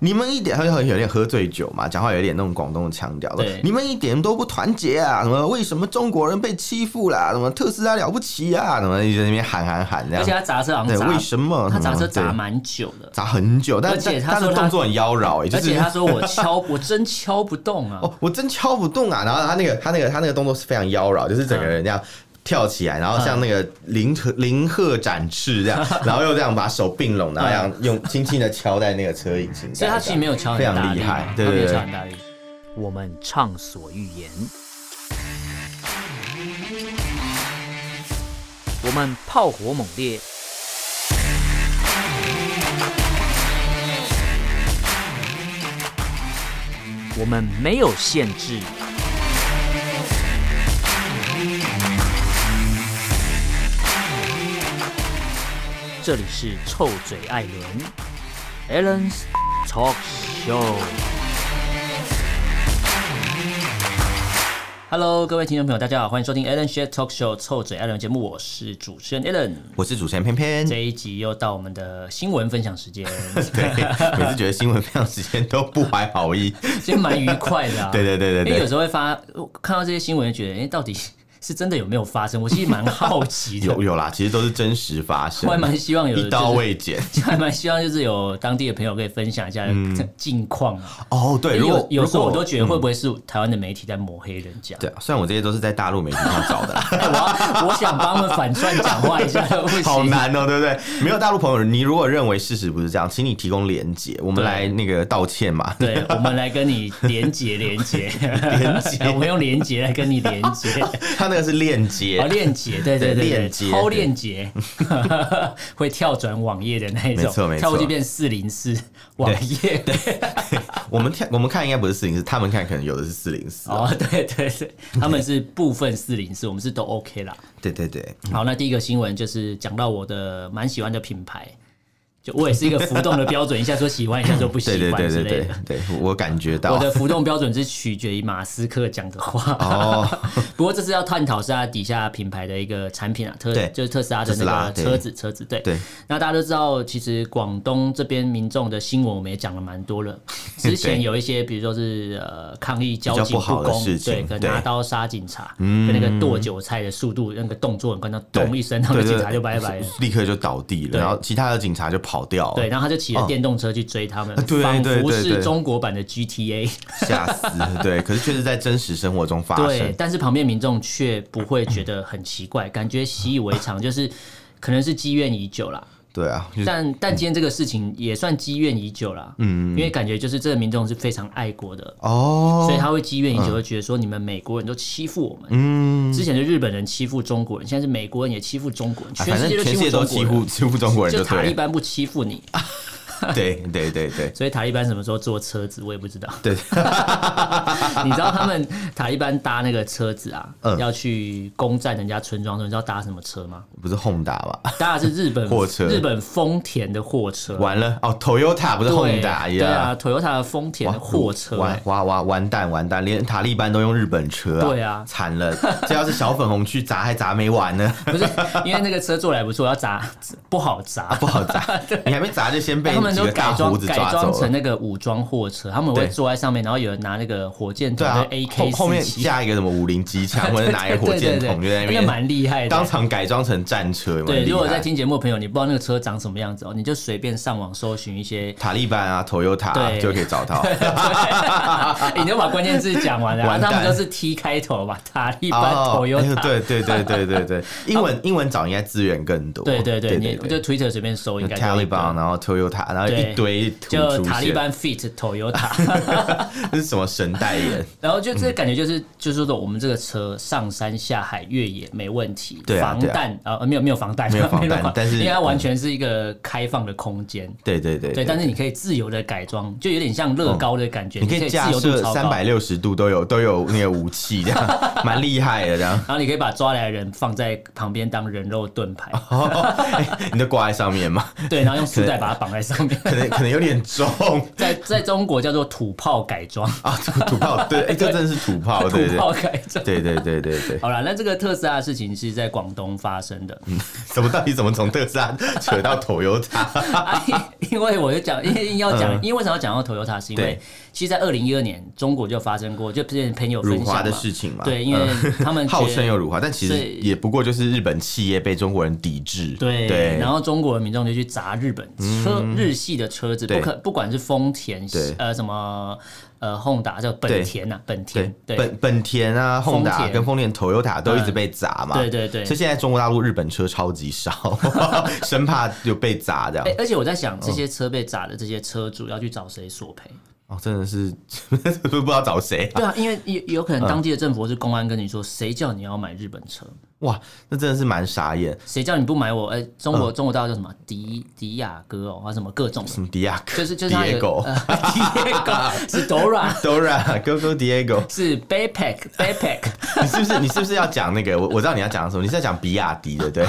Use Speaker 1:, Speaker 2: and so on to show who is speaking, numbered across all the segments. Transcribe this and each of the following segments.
Speaker 1: 你们一点，他就有点喝醉酒嘛，讲话有点那种广东的腔调。
Speaker 2: 对
Speaker 1: 你们一点都不团结啊！什么为什么中国人被欺负啦？什么特斯拉了不起啊？什么一直在那边喊喊喊这
Speaker 2: 而且
Speaker 1: 样。
Speaker 2: 他砸车好像
Speaker 1: 对，
Speaker 2: 砸，
Speaker 1: 为什么
Speaker 2: 他砸车
Speaker 1: 什么
Speaker 2: 砸
Speaker 1: 对
Speaker 2: 蛮久的，
Speaker 1: 砸很久，但
Speaker 2: 而
Speaker 1: 但
Speaker 2: 且他
Speaker 1: 他
Speaker 2: 说
Speaker 1: 的
Speaker 2: 他
Speaker 1: 动作很妖娆、欸，就
Speaker 2: 而
Speaker 1: 是
Speaker 2: 且他说我敲，我真敲不动 啊。
Speaker 1: 哦，我真敲不动啊！然后他那个他那个他那个动作是非常妖娆，就是整个人这样。跳起来，然后像那个林
Speaker 2: 嗯
Speaker 1: 特林鹤展翅 这样，然后又这样把手并拢，然后这样用轻轻的敲在那个车引擎上，
Speaker 2: 所以他其实没有敲很
Speaker 1: 非常
Speaker 2: 大力
Speaker 1: 厉害
Speaker 2: 嘛
Speaker 1: 对
Speaker 2: 他没有
Speaker 1: 对对
Speaker 2: 敲很大力。我们畅所欲言，
Speaker 3: 我们炮火猛烈，我们没有限制，这里是臭嘴艾伦 a l l e n s Talk Show。
Speaker 2: Hello，各位听众朋友，大家好，欢迎收听 Alan s h a t Talk Show 臭嘴 Alan 节目，我是主持 人 Alan。
Speaker 1: 我是主持人偏偏，
Speaker 2: 这一集又到我们的新闻分享时 间，
Speaker 1: 对，每次觉得新闻分享时间都不怀好意。
Speaker 2: 其实蛮愉快的啊。
Speaker 1: 对对对对
Speaker 2: 因为有
Speaker 1: 对，
Speaker 2: 时候会发看到这些新闻，觉得哎、诶到底是真的有没有发生？我其实蛮好奇的
Speaker 1: 有，有啦，其实都是真实发生
Speaker 2: 我还，蛮希望有
Speaker 1: 一刀未剪。
Speaker 2: 就是 还蛮希望就是有当地的朋友可以分享一下
Speaker 1: 嗯
Speaker 2: 近况啊。
Speaker 1: 哦，对，如果
Speaker 2: 有有时候我
Speaker 1: 如果嗯
Speaker 2: 都觉得会不会是台湾的媒体在抹黑人家？
Speaker 1: 对啊，虽然我这些都是在大陆媒体上找 的啦，
Speaker 2: 哎我要 我想帮他们反串讲话 一下，不行
Speaker 1: 好难哦，对不对？没有大陆朋友，你如果认为事实不是这样，请你提供连结，我们
Speaker 2: 对
Speaker 1: 来那个道歉嘛。
Speaker 2: 对，我们来跟你连结连结
Speaker 1: 连结
Speaker 2: 我们用连结来跟你连结，
Speaker 1: 他那个是链接
Speaker 2: 哦，，链接，对
Speaker 1: 对
Speaker 2: 对对对，
Speaker 1: 链接
Speaker 2: 超链接， 会跳转网页的那一种，
Speaker 1: 没错没错
Speaker 2: 跳过去变四零四网页，对，
Speaker 1: 我们看我们看应该不是四零四，他们看可能有的是四零四。
Speaker 2: 哦，对对对，他们是部分四零四，我们是都 OK 啦。
Speaker 1: 对对对，
Speaker 2: 好，那第一个新闻就是讲到我的蛮喜欢的品牌，就我也是一个浮动的标准，一下说喜欢，一下说不喜
Speaker 1: 对对
Speaker 2: 欢
Speaker 1: 对
Speaker 2: 之
Speaker 1: 对
Speaker 2: 类
Speaker 1: 对
Speaker 2: 的。
Speaker 1: 对，我感觉
Speaker 2: 我
Speaker 1: 到
Speaker 2: 的浮动标准是取决于马斯克讲的话。
Speaker 1: 哦，
Speaker 2: 不过这次要探讨是他底下品牌的一个产品啊，特
Speaker 1: 对
Speaker 2: 就是特斯拉的
Speaker 1: 特斯
Speaker 2: 那
Speaker 1: 拉
Speaker 2: 个
Speaker 1: 对
Speaker 2: 车子，车子对。
Speaker 1: 对
Speaker 2: 那大家都知道，其实广东这边民众的新闻我们也讲了蛮多 了。之前
Speaker 1: 对
Speaker 2: 有一些，比如说是呃抗议交
Speaker 1: 比较
Speaker 2: 警
Speaker 1: 不好的
Speaker 2: 公，
Speaker 1: 事情
Speaker 2: 对，可能
Speaker 1: 对嗯
Speaker 2: 拿刀杀警察，跟那个剁韭菜的速度，那个动作很快，那咚一声，然后
Speaker 1: 对
Speaker 2: 警
Speaker 1: 对
Speaker 2: 察就拜拜了。
Speaker 1: 立刻就倒地了，
Speaker 2: 对
Speaker 1: 然后其他的警察就跑掉了，
Speaker 2: 对，然后他就骑着
Speaker 1: 哦啊
Speaker 2: 电动车去追他们，
Speaker 1: 对
Speaker 2: 仿
Speaker 1: 对
Speaker 2: 佛
Speaker 1: 对
Speaker 2: 是
Speaker 1: 对
Speaker 2: 中国版的 GTA。
Speaker 1: 吓死！ 对，可是确实在真实生活中发
Speaker 2: 对
Speaker 1: 生，。
Speaker 2: 但是旁边民众却不会觉得很奇怪，感觉习以为常，就是 可能是积怨已久啦。
Speaker 1: 对啊，就是
Speaker 2: 但但今天这个事情也算积怨已久啦，嗯，因为感觉就是这个民众是非常爱国的，所
Speaker 1: 哦，
Speaker 2: 以他会积怨已久，会觉得说你们美国人都欺负我们，嗯，之前的日本人欺负中国人，现在是美国人也欺负中国人，
Speaker 1: 啊
Speaker 2: 全
Speaker 1: 反
Speaker 2: 世
Speaker 1: 正
Speaker 2: 界
Speaker 1: 全世界
Speaker 2: 都
Speaker 1: 都
Speaker 2: 欺
Speaker 1: 欺
Speaker 2: 负中
Speaker 1: 负欺负中国
Speaker 2: 国
Speaker 1: 人
Speaker 2: 人，就
Speaker 1: 就
Speaker 2: 塔利
Speaker 1: 对了，
Speaker 2: 班不欺负你，
Speaker 1: 对对对对
Speaker 2: 所以塔利班什么时候做车子我也不知道。
Speaker 1: 对，
Speaker 2: 你知道他们塔利班搭那个车子啊，
Speaker 1: 嗯
Speaker 2: 要去攻占人家村庄的时候，你知道搭什么车吗？
Speaker 1: 不是 Honda 吧？
Speaker 2: 搭的是日本
Speaker 1: 货车
Speaker 2: 日本丰田的货车。
Speaker 1: 完了哦，Toyota 不是
Speaker 2: 对
Speaker 1: Honda
Speaker 2: 对啊
Speaker 1: 呀？
Speaker 2: ，Toyota 的丰田的货车、
Speaker 1: 完
Speaker 2: 欸。
Speaker 1: 哇哇完蛋完蛋，连塔利班都用日本车啊！
Speaker 2: 对啊
Speaker 1: 惨了！ 这要是小粉红去砸还砸没完呢，
Speaker 2: 不是，因为那个车做的还不错，要砸不好砸，
Speaker 1: 不好 砸。你还没砸就先被
Speaker 2: 他们
Speaker 1: 几
Speaker 2: 都
Speaker 1: 个
Speaker 2: 改
Speaker 1: 大
Speaker 2: 装
Speaker 1: 胡子
Speaker 2: 改
Speaker 1: 抓
Speaker 2: 装
Speaker 1: 走
Speaker 2: 成
Speaker 1: 了。
Speaker 2: 那个武装货车，他们会
Speaker 1: 对
Speaker 2: 坐在上面，然后有人拿那个火箭筒
Speaker 1: 对啊
Speaker 2: 跟，AK
Speaker 1: 后后面
Speaker 2: 四七，
Speaker 1: 加一个什么五零机 枪，或者拿一个火箭筒就在那
Speaker 2: 那个
Speaker 1: 边
Speaker 2: 蛮厉害的，
Speaker 1: 当场改装成战车。有没有
Speaker 2: 对，
Speaker 1: 厉
Speaker 2: 如果
Speaker 1: 害
Speaker 2: 在听节目的朋友，你不知道那个车长什么样子哦，你就随便上网搜寻一
Speaker 1: 。
Speaker 2: 些
Speaker 1: 塔利班啊，Toyota 啊
Speaker 2: 对
Speaker 1: 就可以找 到。
Speaker 2: 你就把关键字讲完了啊，
Speaker 1: 完
Speaker 2: 他
Speaker 1: 蛋哦哎
Speaker 2: 们都是 T 开头吧，塔利班、Toyota，
Speaker 1: 对对对对对 对，英文英文找应该资源更多。
Speaker 2: 对对对，
Speaker 1: 对
Speaker 2: 你就 Twitter 随便搜，应该
Speaker 1: 塔
Speaker 2: 就有
Speaker 1: 利
Speaker 2: 一个
Speaker 1: 班，然后 Toyota，然后
Speaker 2: 对
Speaker 1: 一堆图
Speaker 2: 就
Speaker 1: 出
Speaker 2: 塔利
Speaker 1: 现，
Speaker 2: 班 Fit Toyota，
Speaker 1: 这是什么神代言？
Speaker 2: 然后就这感觉就是就是说我们这个车上山下海越野没问题，
Speaker 1: 对啊
Speaker 2: 防
Speaker 1: 对啊
Speaker 2: 弹啊呃没有 没有防弹，
Speaker 1: 没有防弹但是
Speaker 2: 因为它完全是一个开放的空间，
Speaker 1: 对对对嗯
Speaker 2: 对，但是你可以自由的改装，就有点像乐高的感觉，
Speaker 1: 你可
Speaker 2: 以
Speaker 1: 以
Speaker 2: 自
Speaker 1: 架
Speaker 2: 由度
Speaker 1: 设
Speaker 2: 超
Speaker 1: 三
Speaker 2: 高。
Speaker 1: 百六十度都有都有那个武器，这样 蛮厉害的这样。
Speaker 2: 然后你可以把抓来的人放在旁边当人肉盾牌，
Speaker 1: 哦，哎你就挂在上面嘛，
Speaker 2: 对，然后用束带把它绑在上
Speaker 1: 可能可能有点重
Speaker 2: 在在中国叫做土炮改装，
Speaker 1: 啊， 土土炮，对，哎，这真的是土炮，
Speaker 2: 土
Speaker 1: 对对
Speaker 2: 炮改装。
Speaker 1: 对对对对对，
Speaker 2: 好了，那这个特斯拉的事情是在广东发生的，
Speaker 1: 怎么到底怎么从特斯拉 扯到 Toyota？
Speaker 2: 啊因因为我就讲，因 为要讲，
Speaker 1: 嗯
Speaker 2: 因为为什么要讲到 Toyota，是因为
Speaker 1: 对
Speaker 2: 其实，在二零一二年中国就发生过，就之前朋 友分
Speaker 1: 辱
Speaker 2: 享
Speaker 1: 华的
Speaker 2: 嘛
Speaker 1: 事情嘛，
Speaker 2: 对，因为
Speaker 1: 嗯
Speaker 2: 他们觉 得
Speaker 1: 号称有辱华，但其实
Speaker 2: 对
Speaker 1: 也不过就是日本企业被中国人抵制，
Speaker 2: 对，
Speaker 1: 对，嗯
Speaker 2: 然后中国的民众就去砸日本车、日系的车子，不
Speaker 1: 对
Speaker 2: 可不管是丰田
Speaker 1: 对
Speaker 2: 呃什么呃 Honda 叫本
Speaker 1: 对
Speaker 2: 田呐、啊本田
Speaker 1: 对
Speaker 2: 对
Speaker 1: 本本田啊、
Speaker 2: 丰
Speaker 1: Honda
Speaker 2: 田嗯
Speaker 1: 跟丰田、Toyota 都一直被砸嘛，
Speaker 2: 对对对
Speaker 1: 所以现在中国大陆日本车超级 少，生怕有被砸这样
Speaker 2: 哎、。而且我在
Speaker 1: 嗯
Speaker 2: 想，这些车被砸的这些车主要去找谁索赔？
Speaker 1: 哦，真的是 都不知道找谁啊！
Speaker 2: 对啊，因为有有可
Speaker 1: 嗯
Speaker 2: 能当地的政府或是公安跟你说，谁叫你要买日本车？
Speaker 1: 哇，那真的是蛮傻眼。
Speaker 2: 谁叫你不买我？哎、中国、中国大陆叫什么迪迪亚哥哦，还是什么各种的，
Speaker 1: 嗯什么迪亚哥，
Speaker 2: 就是就是它有
Speaker 1: Diego
Speaker 2: 呃 Diego 是 Dora。
Speaker 1: Dora Go Go Diego，
Speaker 2: 是 backpack backpack，
Speaker 1: 你是不是你是不是要讲那个？我我知道你要讲什么，你是在讲比亚迪对不对？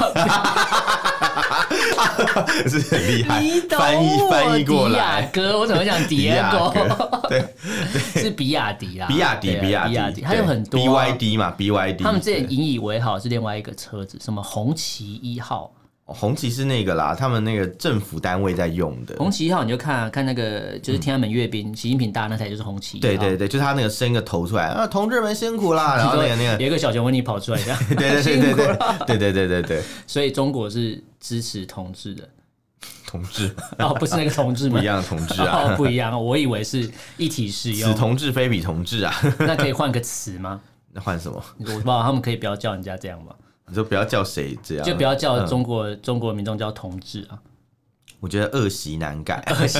Speaker 1: 是很厉害
Speaker 2: 你，懂
Speaker 1: 翻译
Speaker 2: 我
Speaker 1: 翻译过
Speaker 2: 迪亚
Speaker 1: 来，
Speaker 2: 哥，我怎么讲
Speaker 1: 比亚
Speaker 2: Diego？
Speaker 1: 哥 对，
Speaker 2: 是比亚迪啦，
Speaker 1: 比亚迪
Speaker 2: 对啊
Speaker 1: 比亚
Speaker 2: 比亚迪，
Speaker 1: 迪，
Speaker 2: 还有很多
Speaker 1: B
Speaker 2: 啊
Speaker 1: Y D 嘛，B Y D，
Speaker 2: 他们之前引以为豪是另外一个车子，什么红旗一号，
Speaker 1: 红旗是那个啦，他们那个政府单位在用的。
Speaker 2: 红旗一号你就看啊看那个就是天安门阅兵，习近平大那台就是红旗啊一号，
Speaker 1: 嗯对对对，就是他那个伸个头出来，啊，同志们辛苦啦，然后那个那个，
Speaker 2: 有一个小熊维尼跑出来的，
Speaker 1: 对 对对对
Speaker 2: 辛苦
Speaker 1: 对
Speaker 2: 了，
Speaker 1: 对对对对对，
Speaker 2: 所以中国是支持同志的，
Speaker 1: 同志
Speaker 2: 哦，不是那个同志
Speaker 1: 不
Speaker 2: 吗
Speaker 1: 一？样的同志
Speaker 2: 哦，
Speaker 1: 啊，
Speaker 2: 不一样，我以为是一体适
Speaker 1: 此
Speaker 2: 用，
Speaker 1: 同志非彼同志啊，
Speaker 2: 那可以换个词吗？
Speaker 1: 那换什么？
Speaker 2: 我不知道他们可以不要叫人家这样吗？
Speaker 1: 你说不要叫谁这样，
Speaker 2: 就不要
Speaker 1: 嗯
Speaker 2: 叫中国、中国民众叫同志啊。
Speaker 1: 我觉得恶习难改，恶习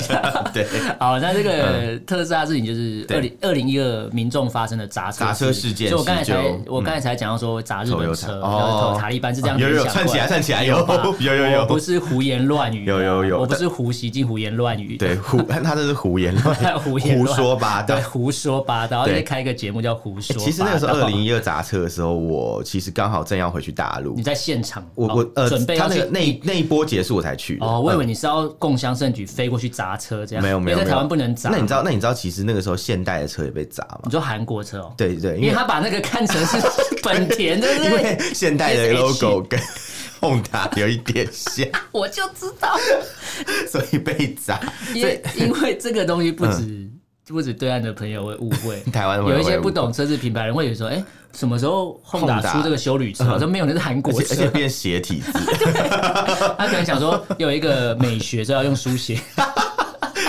Speaker 1: 对
Speaker 2: 好，那这个
Speaker 1: 嗯
Speaker 2: 特斯拉事情就是二零二零一二民众发生的砸车
Speaker 1: 砸车事件
Speaker 2: 所以我刚才
Speaker 1: 是
Speaker 2: 才
Speaker 1: 就
Speaker 2: 我刚才才讲到说砸日本
Speaker 1: Toyota
Speaker 2: 车，
Speaker 1: 哦
Speaker 2: 然后塔利班是这样
Speaker 1: 有有有
Speaker 2: 联想
Speaker 1: 串起来
Speaker 2: 过
Speaker 1: 串起来有
Speaker 2: 吧
Speaker 1: 有有
Speaker 2: 我不
Speaker 1: 有，
Speaker 2: 是胡言乱语啊，
Speaker 1: 有有有
Speaker 2: 我不是胡习近胡言乱语，
Speaker 1: 对 胡他这是胡言乱
Speaker 2: 胡言乱
Speaker 1: 说八道
Speaker 2: 对，。胡说八道，
Speaker 1: 对
Speaker 2: 而且开一个节目叫胡说八道。
Speaker 1: 其实那个时候二零一二砸车的时候，我其实刚好正要回去大陆
Speaker 2: 你，在现场，
Speaker 1: 我
Speaker 2: 哦
Speaker 1: 我呃，
Speaker 2: 嗯准备
Speaker 1: 他
Speaker 2: 要
Speaker 1: 那个
Speaker 2: 去
Speaker 1: 那那一波结束我才去的。
Speaker 2: 哦，我以
Speaker 1: 嗯
Speaker 2: 为你是要共襄盛举飞过去砸车这样，
Speaker 1: 没有没有
Speaker 2: 因
Speaker 1: 没
Speaker 2: 为在
Speaker 1: 有，
Speaker 2: 台湾不能砸。
Speaker 1: 那你知道那你知道其实那个时候现代的车也被砸
Speaker 2: 你
Speaker 1: 嘛？
Speaker 2: 说韩国车哦，
Speaker 1: 对对，因
Speaker 2: 因为
Speaker 1: 为
Speaker 2: 他把那个看成 是本田，对不
Speaker 1: 因
Speaker 2: 对
Speaker 1: 为？现代的
Speaker 2: SH
Speaker 1: logo 跟 Honda 有一点像，
Speaker 2: 我就知道，
Speaker 1: 所以被砸。
Speaker 2: 因为因为这个东西
Speaker 1: 嗯
Speaker 2: 不止不止对岸的朋友会误 会，
Speaker 1: 台湾的朋友
Speaker 2: 有一些
Speaker 1: 会误
Speaker 2: 不
Speaker 1: 会
Speaker 2: 懂车子品牌的人会有说，哎，什么时候 Honda
Speaker 1: Honda
Speaker 2: 出这个修旅车？我说没有，那是韩
Speaker 1: 而
Speaker 2: 国
Speaker 1: 且而且
Speaker 2: 车。
Speaker 1: 变斜体 字，
Speaker 2: 他可能想说有一个美学，所以要用书写，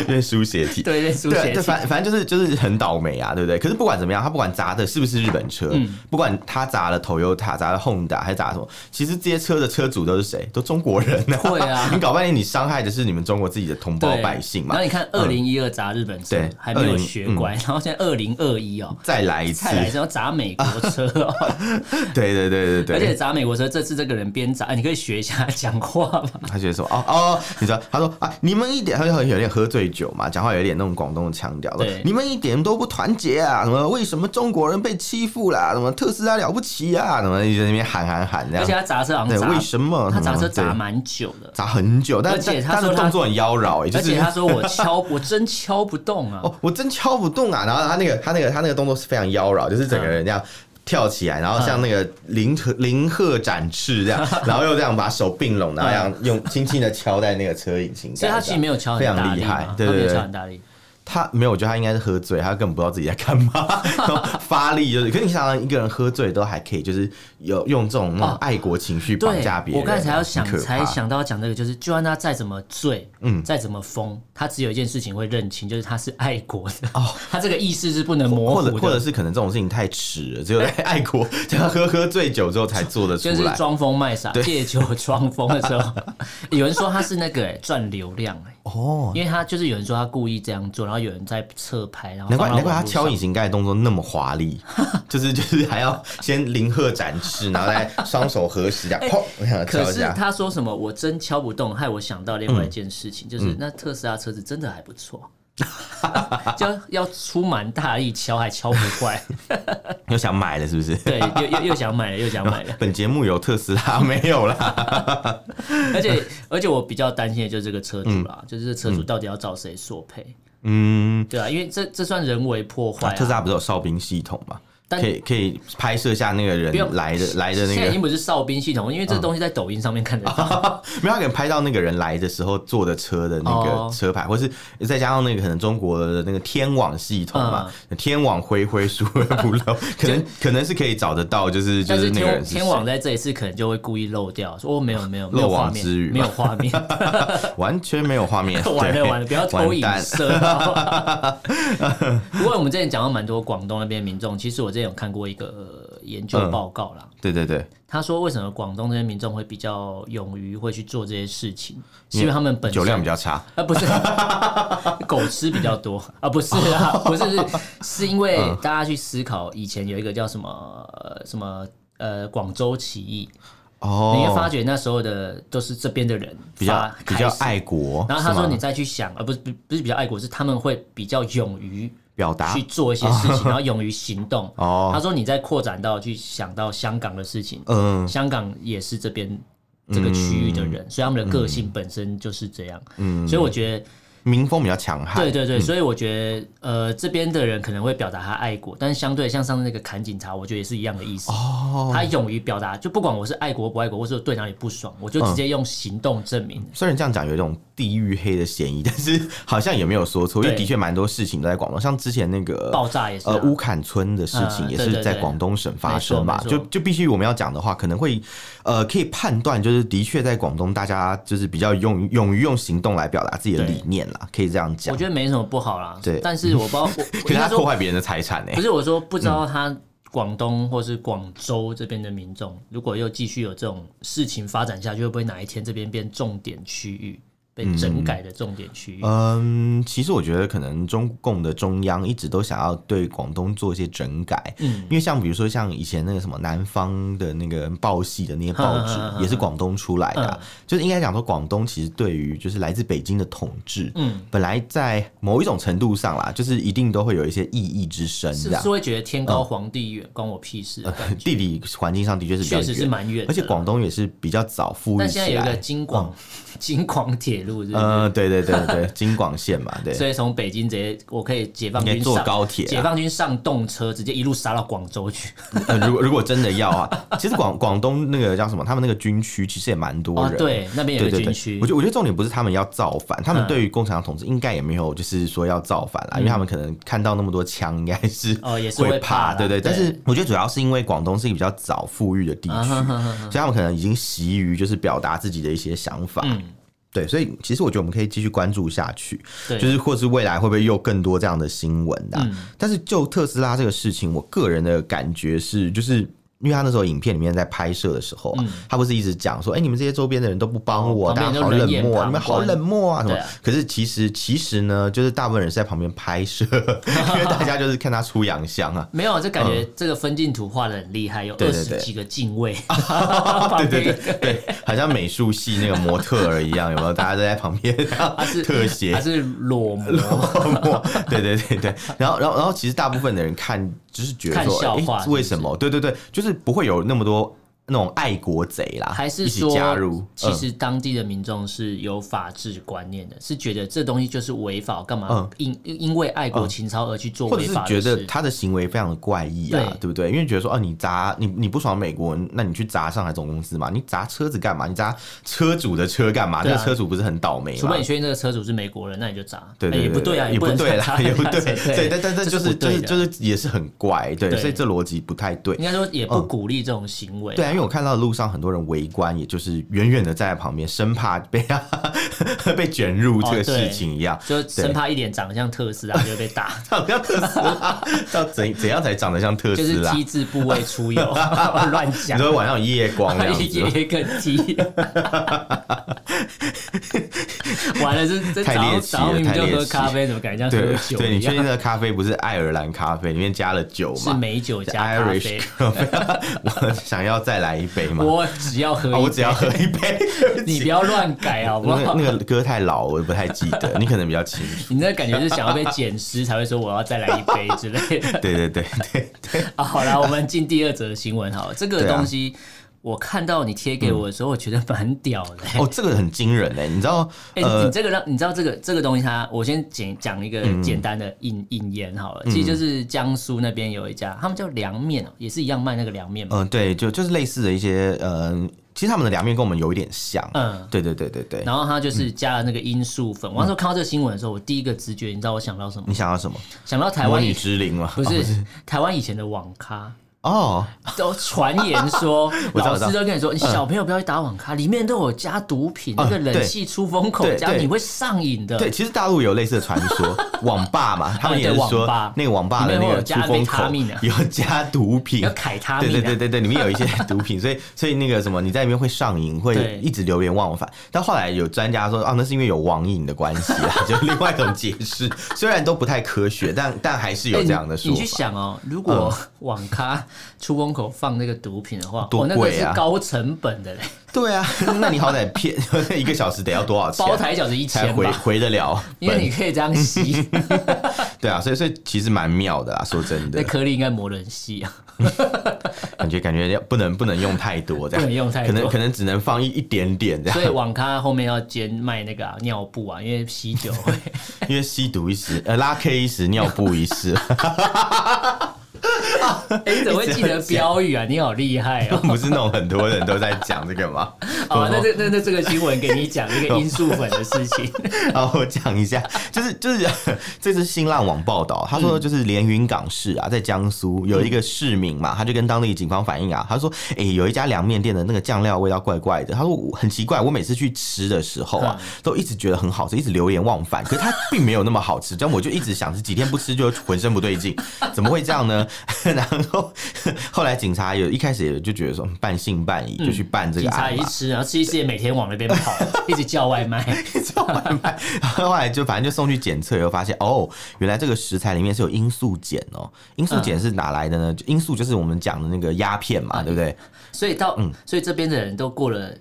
Speaker 1: 变书写体。
Speaker 2: 对对，书
Speaker 1: 对，
Speaker 2: 写
Speaker 1: 这
Speaker 2: 体。
Speaker 1: 反反正就是就是很倒霉啊，对不对？可是不管怎么样，他不管砸的是不是日本车，
Speaker 2: 嗯
Speaker 1: 不管他砸了 Toyota、砸了 Honda 还是砸了什么，其实这些车的车主都是谁？都中国人啊！
Speaker 2: 会啊
Speaker 1: 你搞半天，你伤害的是你们中国自己的同胞
Speaker 2: 对，
Speaker 1: 百姓
Speaker 2: 然
Speaker 1: 嘛嗯
Speaker 2: 后？你看，二零一二砸日本车
Speaker 1: 对
Speaker 2: 还没有
Speaker 1: 20
Speaker 2: 学乖，然后现在二零二一哦，
Speaker 1: 再来一次
Speaker 2: 蔡，来是要砸美国车哦，
Speaker 1: 对对对对 对。
Speaker 2: 而且砸美国车，这次这个人边砸，哎你可以学一下讲话嘛。
Speaker 1: 他觉得说哦哦，你知道，他说啊，你们一点，他就有点喝醉酒嘛，讲话有点那种广东的腔调，说
Speaker 2: 对
Speaker 1: 你们一点都不团结啊，什么为什么中国人被欺负啦，什么特斯拉了不起啊，什么一直在那边喊喊喊这
Speaker 2: 而且
Speaker 1: 样，
Speaker 2: 他砸车好
Speaker 1: 对，
Speaker 2: 像砸，
Speaker 1: 为什么
Speaker 2: 他砸车
Speaker 1: 什么
Speaker 2: 砸
Speaker 1: 对
Speaker 2: 蛮久的，
Speaker 1: 砸很久，但
Speaker 2: 而且
Speaker 1: 但
Speaker 2: 他
Speaker 1: 他
Speaker 2: 说
Speaker 1: 的
Speaker 2: 他
Speaker 1: 动作很妖娆、欸，就
Speaker 2: 而且
Speaker 1: 是
Speaker 2: 他。说 我敲，我真敲不动啊。
Speaker 1: 哦，我真敲不动啊！然后他那个他那个他那个动作是非常妖娆，就是整
Speaker 2: 嗯
Speaker 1: 个人这样跳起来，然后像那个林特林鹤展翅 这样，然后又这样把手并拢，然后这样用轻轻的敲在那个车引擎盖上。
Speaker 2: 嗯所以他其实没有敲很
Speaker 1: 非常
Speaker 2: 大力
Speaker 1: 厉害
Speaker 2: 嘛，
Speaker 1: 对
Speaker 2: 他没
Speaker 1: 对
Speaker 2: 有
Speaker 1: 对
Speaker 2: 敲很大力。
Speaker 1: 他没有，我觉得他应该是喝醉，他根本不知道自己在干 嘛，然后发力就是。可是你想想，一个人喝醉都还可以，就是有用这种那种
Speaker 2: 哦
Speaker 1: 爱国情绪绑
Speaker 2: 对
Speaker 1: 架，别人，
Speaker 2: 我刚才要想
Speaker 1: 很可怕
Speaker 2: 才想到要讲这个，就是就算他再怎么醉，嗯，再怎么疯，他只有一件事情会认清，就是他是爱国的。哦， 他这个意识是不能模
Speaker 1: 或
Speaker 2: 糊
Speaker 1: 者
Speaker 2: 的，
Speaker 1: 或者是可能这种事情太迟了，只有在爱国， 只要喝喝醉酒之后才做得出
Speaker 2: 就是
Speaker 1: 来。
Speaker 2: 装疯卖傻，借酒装疯的 时候，有人说他是那个欸赚、流量、欸、
Speaker 1: 哦，
Speaker 2: 因为他就是有人说他故意这样做，然后有人在侧拍，然后
Speaker 1: 难怪
Speaker 2: 放到
Speaker 1: 难怪他
Speaker 2: 网络
Speaker 1: 敲
Speaker 2: 上
Speaker 1: 引擎盖的动作那么华 丽，就是就是还要先凌喝展翅，然后再双手合十这样，砰，我想敲
Speaker 2: 哎可
Speaker 1: 一
Speaker 2: 是
Speaker 1: 下。
Speaker 2: 他
Speaker 1: 嗯
Speaker 2: 说什么我真敲不动，害我想到另外一件事情，就是那特斯拉车子真的还不错， 就要出蛮大力敲，还敲不 坏。
Speaker 1: 又想买了是不是？。
Speaker 2: 对，又又又想买了，又想买了
Speaker 1: 本节目有特斯拉没有啦？
Speaker 2: 而且而且我比较担心的就是这个车主啦，就是这车主到底要找谁索赔？
Speaker 1: 嗯，
Speaker 2: 对啊，因为这这算人为破坏、啊。
Speaker 1: 特斯拉不是有哨兵系统嘛？
Speaker 2: 但
Speaker 1: 可以可以拍摄下那个
Speaker 2: 不用
Speaker 1: 人来的来的那
Speaker 2: 现在已
Speaker 1: 个，啊
Speaker 2: 经不是哨兵系统，因为这东西在抖音上面看得到。
Speaker 1: 没有他可能拍到那个人来的时候坐的车的那
Speaker 2: 哦
Speaker 1: 个车牌，或是再加上那个可能中国的那个天网系统嘛，
Speaker 2: 嗯
Speaker 1: 天网恢恢疏而不 漏，可能可能是可以找得到，就是就
Speaker 2: 但是
Speaker 1: 那个
Speaker 2: 天
Speaker 1: 人
Speaker 2: 天
Speaker 1: 谁
Speaker 2: 网在这一次可能就会故意漏掉，说哦没有没有没有
Speaker 1: 漏网
Speaker 2: 画面
Speaker 1: 之鱼，嘛
Speaker 2: 没有画面，，
Speaker 1: 完全没有画面
Speaker 2: 完了
Speaker 1: 对
Speaker 2: 完了，不要偷
Speaker 1: 完
Speaker 2: 影
Speaker 1: 蛋
Speaker 2: 射到。不过我们之前讲到蛮多广东那边的民众，其实我之前有看过一个呃研究
Speaker 1: 嗯
Speaker 2: 报告啦，
Speaker 1: 对对对，
Speaker 2: 他说为什么广东这些民众会比较勇于会去做这些事情，是因为他们本身
Speaker 1: 酒量比较差，
Speaker 2: 啊，不是， 狗吃比较多啊，不是啊，不是，是是因为
Speaker 1: 嗯
Speaker 2: 大家去思考，以前有一个叫什么呃什么呃广州起义，
Speaker 1: 哦，
Speaker 2: 你会发觉那时候的都是这边的人
Speaker 1: 比较
Speaker 2: 发
Speaker 1: 比较
Speaker 2: 开始
Speaker 1: 爱国，
Speaker 2: 然后
Speaker 1: 哦
Speaker 2: 他
Speaker 1: 是
Speaker 2: 说
Speaker 1: 吗
Speaker 2: 你再去想，呃而不是不不是比较爱国，是他们会比较勇于
Speaker 1: 表达
Speaker 2: 去做一些事情，然后勇于行动。
Speaker 1: 哦
Speaker 2: 他说你再扩展到去想到香港的事情，
Speaker 1: 嗯
Speaker 2: 香港也是这边。这个区域的人，所以他们的个性本身就是这样，
Speaker 1: 嗯
Speaker 2: 所以我觉得
Speaker 1: 民风比较强悍，
Speaker 2: 对对对，所以我觉得，呃，这边的人可能会表达他爱国，但是相对像上次那个砍警察，我觉得也是一样的意思。
Speaker 1: 哦，
Speaker 2: 他勇于表达，就不管我是爱国不爱国，或是我对哪里不爽，
Speaker 1: 嗯
Speaker 2: 我就直接用行动证明。
Speaker 1: 虽然这样讲有一种地域黑的嫌疑，但是好像也没有说错，因为
Speaker 2: 对
Speaker 1: 的确蛮多事情都在广东，像之前那个
Speaker 2: 爆炸也是啊
Speaker 1: 呃乌坎村的事情
Speaker 2: 嗯
Speaker 1: 也
Speaker 2: 对
Speaker 1: 是
Speaker 2: 对
Speaker 1: 在
Speaker 2: 对
Speaker 1: 广东省发生嘛
Speaker 2: 没，错没
Speaker 1: 就
Speaker 2: 错
Speaker 1: 就必须我们要讲的话，可能会呃可以判断，就是的确在广东大家就是比较勇勇于用行动来表达自己的
Speaker 2: 对
Speaker 1: 理念啦，可以这样讲
Speaker 2: 我。觉得没什么不好啦。
Speaker 1: 对
Speaker 2: 但是我不知道，我 我
Speaker 1: 可
Speaker 2: 应
Speaker 1: 是
Speaker 2: 该
Speaker 1: 他哎破
Speaker 2: 说
Speaker 1: 坏别人的财产欸呢、
Speaker 2: 不是我说不知道他广东或是广州这边的民众，如果又继续有这种事情发展下去，会不会哪一天这边变重点区域，被整改的重点区域？
Speaker 1: 嗯，其实我觉得可能中共的中央一直都想要对广东做一些整改，
Speaker 2: 嗯
Speaker 1: 因为像比如说像以前那个什么南方的那个报系的那些报纸
Speaker 2: 嗯 嗯嗯嗯
Speaker 1: 也是广东出来的啊、
Speaker 2: 嗯
Speaker 1: 就是应该讲说广东其实对于就是来自北京的统治，
Speaker 2: 嗯，
Speaker 1: 本来在某一种程度上啦，就是一定都会有一些异议之声
Speaker 2: 是
Speaker 1: 这
Speaker 2: 不
Speaker 1: 样
Speaker 2: 是。会觉得天
Speaker 1: 嗯
Speaker 2: 高皇帝远，关我屁事的感觉？
Speaker 1: 地理环境上的确呃是比较
Speaker 2: 确实是
Speaker 1: 远
Speaker 2: 蛮远的
Speaker 1: 而且广东也啊是比较早富裕
Speaker 2: 但
Speaker 1: 起
Speaker 2: 现在有一个
Speaker 1: 来。
Speaker 2: 京广、
Speaker 1: 嗯
Speaker 2: 京广铁路是不是？
Speaker 1: 呃，对对对对，京广线嘛，对，
Speaker 2: 所以从北京直接，我可以解放
Speaker 1: 你可
Speaker 2: 军
Speaker 1: 以坐
Speaker 2: 上
Speaker 1: 高铁啊
Speaker 2: 解放军上动车，直接一路杀到广州去。
Speaker 1: 呃 如果如果真的要啊，其实广广东那个叫什么，他们那个军区其实也蛮多
Speaker 2: 哦
Speaker 1: 人。，
Speaker 2: 对，那边有
Speaker 1: 对
Speaker 2: 一
Speaker 1: 对
Speaker 2: 个军
Speaker 1: 对
Speaker 2: 区
Speaker 1: 我觉，得我觉得重点不是他们要造反，他们
Speaker 2: 嗯
Speaker 1: 对于共产党统治应该也没有就是说要造反啦，因为他们可能看到那么多枪，应该是
Speaker 2: 哦也是会怕啦
Speaker 1: 怕，对对。但
Speaker 2: 对
Speaker 1: 是我觉得主要是因为广东是一个比较早富裕的地
Speaker 2: 啊
Speaker 1: 区，
Speaker 2: 哈
Speaker 1: 所
Speaker 2: 哈哈
Speaker 1: 以他们可能已经习于就是表达自己的一些想法。
Speaker 2: 嗯，
Speaker 1: 对，所以其实我觉得我们可以继续关注下去，
Speaker 2: 对嗯
Speaker 1: 就是或是未来会不会又更多这样的新闻的、啊但是就特斯拉这个事情，我个人的感觉是，就是。因为他那时候影片里面在拍摄的时候啊，他不是一直讲说，哎、你们这些周边的人都不帮我，
Speaker 2: 嗯哦旁
Speaker 1: 大
Speaker 2: 边
Speaker 1: 家
Speaker 2: 就
Speaker 1: 好
Speaker 2: 冷
Speaker 1: 冷
Speaker 2: 眼
Speaker 1: 漠啊，
Speaker 2: 旁
Speaker 1: 你们好
Speaker 2: 观
Speaker 1: 冷漠啊，什么？
Speaker 2: 对啊
Speaker 1: 可是其实其实呢，就是大部分人是在旁边拍摄， 因为大家就是看他出洋相啊，
Speaker 2: 没有，这感觉这个分镜图画的很厉害，有
Speaker 1: 对
Speaker 2: 二
Speaker 1: 对对
Speaker 2: 十几个镜位， 旁 边
Speaker 1: 对对对，好像美术系那个模特儿一样，有没有？大家都在旁边
Speaker 2: 他是
Speaker 1: 特写，
Speaker 2: 他是裸模，
Speaker 1: 默， 对对对对。然后，然后，然后，其实大部分的人看，就是觉得
Speaker 2: 看
Speaker 1: 说，
Speaker 2: 笑
Speaker 1: 诶
Speaker 2: 话是不
Speaker 1: 为什么？对对对，就是不会有那么多那种爱国贼啦，
Speaker 2: 还是
Speaker 1: 一起
Speaker 2: 说
Speaker 1: 加入？
Speaker 2: 其
Speaker 1: 嗯、
Speaker 2: 实当地的民众是有法治观念的，是觉得这东西就是违法，干嘛
Speaker 1: 嗯
Speaker 2: 因因为爱国情操而去做
Speaker 1: 或者
Speaker 2: 违
Speaker 1: 是
Speaker 2: 法
Speaker 1: 觉
Speaker 2: 的
Speaker 1: 得
Speaker 2: 事？
Speaker 1: 他的行为非常的怪异啊
Speaker 2: 对，
Speaker 1: 对不对？因为觉得说，哦、你砸你你不爽美国，那你去砸上海总公司嘛？你砸车子干嘛？你砸车主的车干嘛？
Speaker 2: 对
Speaker 1: 那
Speaker 2: 啊
Speaker 1: 个车主不是很倒霉
Speaker 2: 除
Speaker 1: 吗
Speaker 2: 非？你确定这个车主是美国人，那你就砸。
Speaker 1: 对
Speaker 2: 哎
Speaker 1: 对，
Speaker 2: 也
Speaker 1: 对
Speaker 2: 不对啊，
Speaker 1: 也不
Speaker 2: 不能
Speaker 1: 对
Speaker 2: 砸
Speaker 1: 啦，也 不对，
Speaker 2: 对，
Speaker 1: 对，但但但
Speaker 2: 这
Speaker 1: 就是
Speaker 2: 不
Speaker 1: 就
Speaker 2: 对
Speaker 1: 是
Speaker 2: 的
Speaker 1: 就是也是很怪，对，
Speaker 2: 对
Speaker 1: 所以这逻辑不太对
Speaker 2: 应。该说也不鼓励这种行为。
Speaker 1: 嗯对啊，因为我看到路上很多人围观，也就是远远的站在旁边，生怕被 被卷入
Speaker 2: 哦
Speaker 1: 这个事情一样。，
Speaker 2: 就生怕一脸长得像特斯拉就会被打
Speaker 1: 长得像特斯拉，要怎怎样才长得像特
Speaker 2: 就
Speaker 1: 斯
Speaker 2: 是
Speaker 1: 拉？
Speaker 2: T 字部位 出油， 乱
Speaker 1: 你
Speaker 2: 讲。
Speaker 1: 说晚上有夜光那样子 吗，
Speaker 2: 一个 T，完了，这这
Speaker 1: 太
Speaker 2: 早
Speaker 1: 猎
Speaker 2: 上
Speaker 1: 奇
Speaker 2: 早
Speaker 1: 了
Speaker 2: 上明明
Speaker 1: 太
Speaker 2: 就
Speaker 1: 猎
Speaker 2: 喝
Speaker 1: 奇
Speaker 2: 咖啡，怎么感觉像喝
Speaker 1: 对
Speaker 2: 酒
Speaker 1: 对，你
Speaker 2: 一
Speaker 1: 确
Speaker 2: 样
Speaker 1: 定？那个咖啡不是爱尔兰咖啡，里面加了酒
Speaker 2: 是
Speaker 1: 吗？
Speaker 2: 美酒
Speaker 1: 是
Speaker 2: 加咖
Speaker 1: Irish
Speaker 2: 啡，
Speaker 1: 咖啡，我想要再来来一杯吗？
Speaker 2: 我只要喝一
Speaker 1: 啊
Speaker 2: 杯，
Speaker 1: 我只要喝一杯，对不起
Speaker 2: 你不要乱改 好不
Speaker 1: 那个
Speaker 2: 好？
Speaker 1: 那个歌太老，我不太记得， 你可能比较清楚。
Speaker 2: 你那感觉是想要被捡尸才会说我要再来一杯之类的。
Speaker 1: 对对对 对对，
Speaker 2: 啊，好啦，我们进第二则新闻好了。这个
Speaker 1: 对啊
Speaker 2: 东西、我看到你贴给我的时候，我觉得蛮屌的、欸。
Speaker 1: 哦，这个很惊人哎，你知道？
Speaker 2: 哎、你这个让你知道这个这个东西它，我先简讲一个
Speaker 1: 嗯
Speaker 2: 简单的引引言好了。其实就是江苏那边有一家，他们叫凉面哦，也是一样卖那个凉面嘛。
Speaker 1: 嗯，对，就就是类似的一些，嗯、其实他们的凉面跟我们有一点像，
Speaker 2: 嗯
Speaker 1: 对对对对对。
Speaker 2: 然后它
Speaker 1: 嗯
Speaker 2: 就是加了那个罂粟粉。我那时候看到这个新闻的时候，我第一个直觉，你知道我想到什么？
Speaker 1: 你想要什么？
Speaker 2: 想到台
Speaker 1: 魔
Speaker 2: 湾以
Speaker 1: 女之灵吗？
Speaker 2: 不是,、台湾以前的网咖，
Speaker 1: 哦，
Speaker 2: 都传言说
Speaker 1: 我知道
Speaker 2: 老
Speaker 1: 我知道
Speaker 2: 师都跟你说，你小朋友不要去打网咖，里面都有加毒品，
Speaker 1: 嗯
Speaker 2: 那个冷气出风口
Speaker 1: 对
Speaker 2: 加，
Speaker 1: 对
Speaker 2: 你会上瘾的。
Speaker 1: 对，其实大陆有类似的传 说，网吧嘛，他们
Speaker 2: 呃嗯对
Speaker 1: 也是
Speaker 2: 网
Speaker 1: 说
Speaker 2: 吧
Speaker 1: 那个网吧的
Speaker 2: 里面
Speaker 1: 那个
Speaker 2: 会有
Speaker 1: 出
Speaker 2: 加
Speaker 1: 风口
Speaker 2: Vitamina
Speaker 1: 有加毒品
Speaker 2: 要。凯他
Speaker 1: 对
Speaker 2: 命、啊，
Speaker 1: 对对对对，里面 有一些毒品，所以所以那个什么，你在里面会上瘾，
Speaker 2: 对
Speaker 1: 会一直流连忘返。但后来有专家说，啊，那是因为有网瘾的关系啦， 就是另外一种解释。虽然都不太科学，但但还是有
Speaker 2: 哎
Speaker 1: 这样的
Speaker 2: 你
Speaker 1: 说
Speaker 2: 你
Speaker 1: 法。嗯
Speaker 2: 去想哦，如果网咖出风口放那个毒品的话，
Speaker 1: 多
Speaker 2: 哦那个
Speaker 1: 贵
Speaker 2: 是
Speaker 1: 啊
Speaker 2: 高成 本的嘞，
Speaker 1: 对啊，那你好歹骗一个小时得要多少钱？
Speaker 2: 包台一小时一
Speaker 1: 才
Speaker 2: 千
Speaker 1: 回
Speaker 2: 吧，
Speaker 1: 回得了
Speaker 2: 因为你
Speaker 1: 本，
Speaker 2: 可以这样吸，
Speaker 1: 对啊，所以所以其实蛮妙的啦，说真
Speaker 2: 那
Speaker 1: 的，
Speaker 2: 颗粒应该磨得很 细啊。
Speaker 1: 感觉感觉要不能不能用太多这样，
Speaker 2: 不能用太
Speaker 1: 可
Speaker 2: 多
Speaker 1: 能可能只能放一一点点这
Speaker 2: 所以
Speaker 1: 样，
Speaker 2: 网咖后面要兼卖那个、啊、尿布啊，因为吸酒 会。
Speaker 1: 因为吸毒一时，呃，拉 K 一时，尿布一时，
Speaker 2: 哎、你怎么会记得标语啊？你好厉害 哦！
Speaker 1: 不是那种很多人都在讲这个吗？
Speaker 2: 好、那这那那这个新闻给你讲一个罂粟粉的 事情。
Speaker 1: 然后我讲一下，就是就是这是新浪网报道，他说
Speaker 2: 嗯
Speaker 1: 就是连云港市啊，在江苏有一个市民嘛，他就跟当地警方反映啊，他说，诶，有一家凉面店的那个酱料味道怪怪的，他说我很奇怪，我每次去吃的时候
Speaker 2: 嗯
Speaker 1: 啊，都一直觉得很好吃，一直流连忘返，可是它并没有那么好吃，但我就一直想，是几天不吃就浑身不对劲，怎么会这样呢？ 然后后来警察有一开始也就觉得说嗯半信半疑，就去办这
Speaker 2: 警
Speaker 1: 个
Speaker 2: 察
Speaker 1: 案
Speaker 2: 也
Speaker 1: 嘛
Speaker 2: 去，吃，然后吃一吃也每天往那 边跑，一直叫外卖。
Speaker 1: 叫外卖，然后后来就反正就送去检测，以后发现哦，原来这个食材里面是有罂粟碱哦。罂粟碱是哪来的
Speaker 2: 嗯
Speaker 1: 呢？就罂粟就是我们讲的那个鸦片
Speaker 2: 啊
Speaker 1: 嘛，对不对？
Speaker 2: 所以到、
Speaker 1: 嗯
Speaker 2: 所以这边的人都过了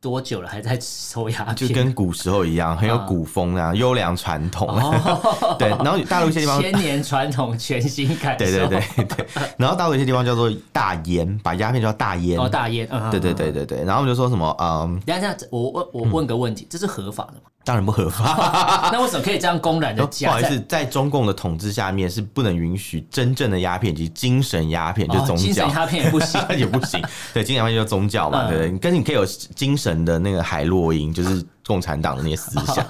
Speaker 2: 多久了，还在吃抽鸦
Speaker 1: 就
Speaker 2: 片？
Speaker 1: 跟古时候一样，很有古风啊，优良传统。
Speaker 2: 哦
Speaker 1: 对，然后大陆一些地方。
Speaker 2: 千年传统，全新感受。
Speaker 1: 对对对对，然后大陆一些地方叫做大烟，把鸦片叫大烟。
Speaker 2: 哦，大烟，嗯
Speaker 1: 对对。对对对，然后我们就说什么，嗯，
Speaker 2: 等一下，这我问我问个问题，这是合法的吗？
Speaker 1: 当然不合 法。
Speaker 2: 那为什么可以这样公然的
Speaker 1: 啊哦不
Speaker 2: 加？
Speaker 1: 好意思，在中共的统治下面是不能允许真正的鸦片及精神鸦片，就
Speaker 2: 在，
Speaker 1: 是宗
Speaker 2: 哦精神
Speaker 1: 教。
Speaker 2: 鸦片也 不行。
Speaker 1: 也不行。对，精神方面就是宗教嘛，
Speaker 2: 嗯
Speaker 1: 对不对？你跟你可以有精神的那个海洛因，就是共产党的那些思 想。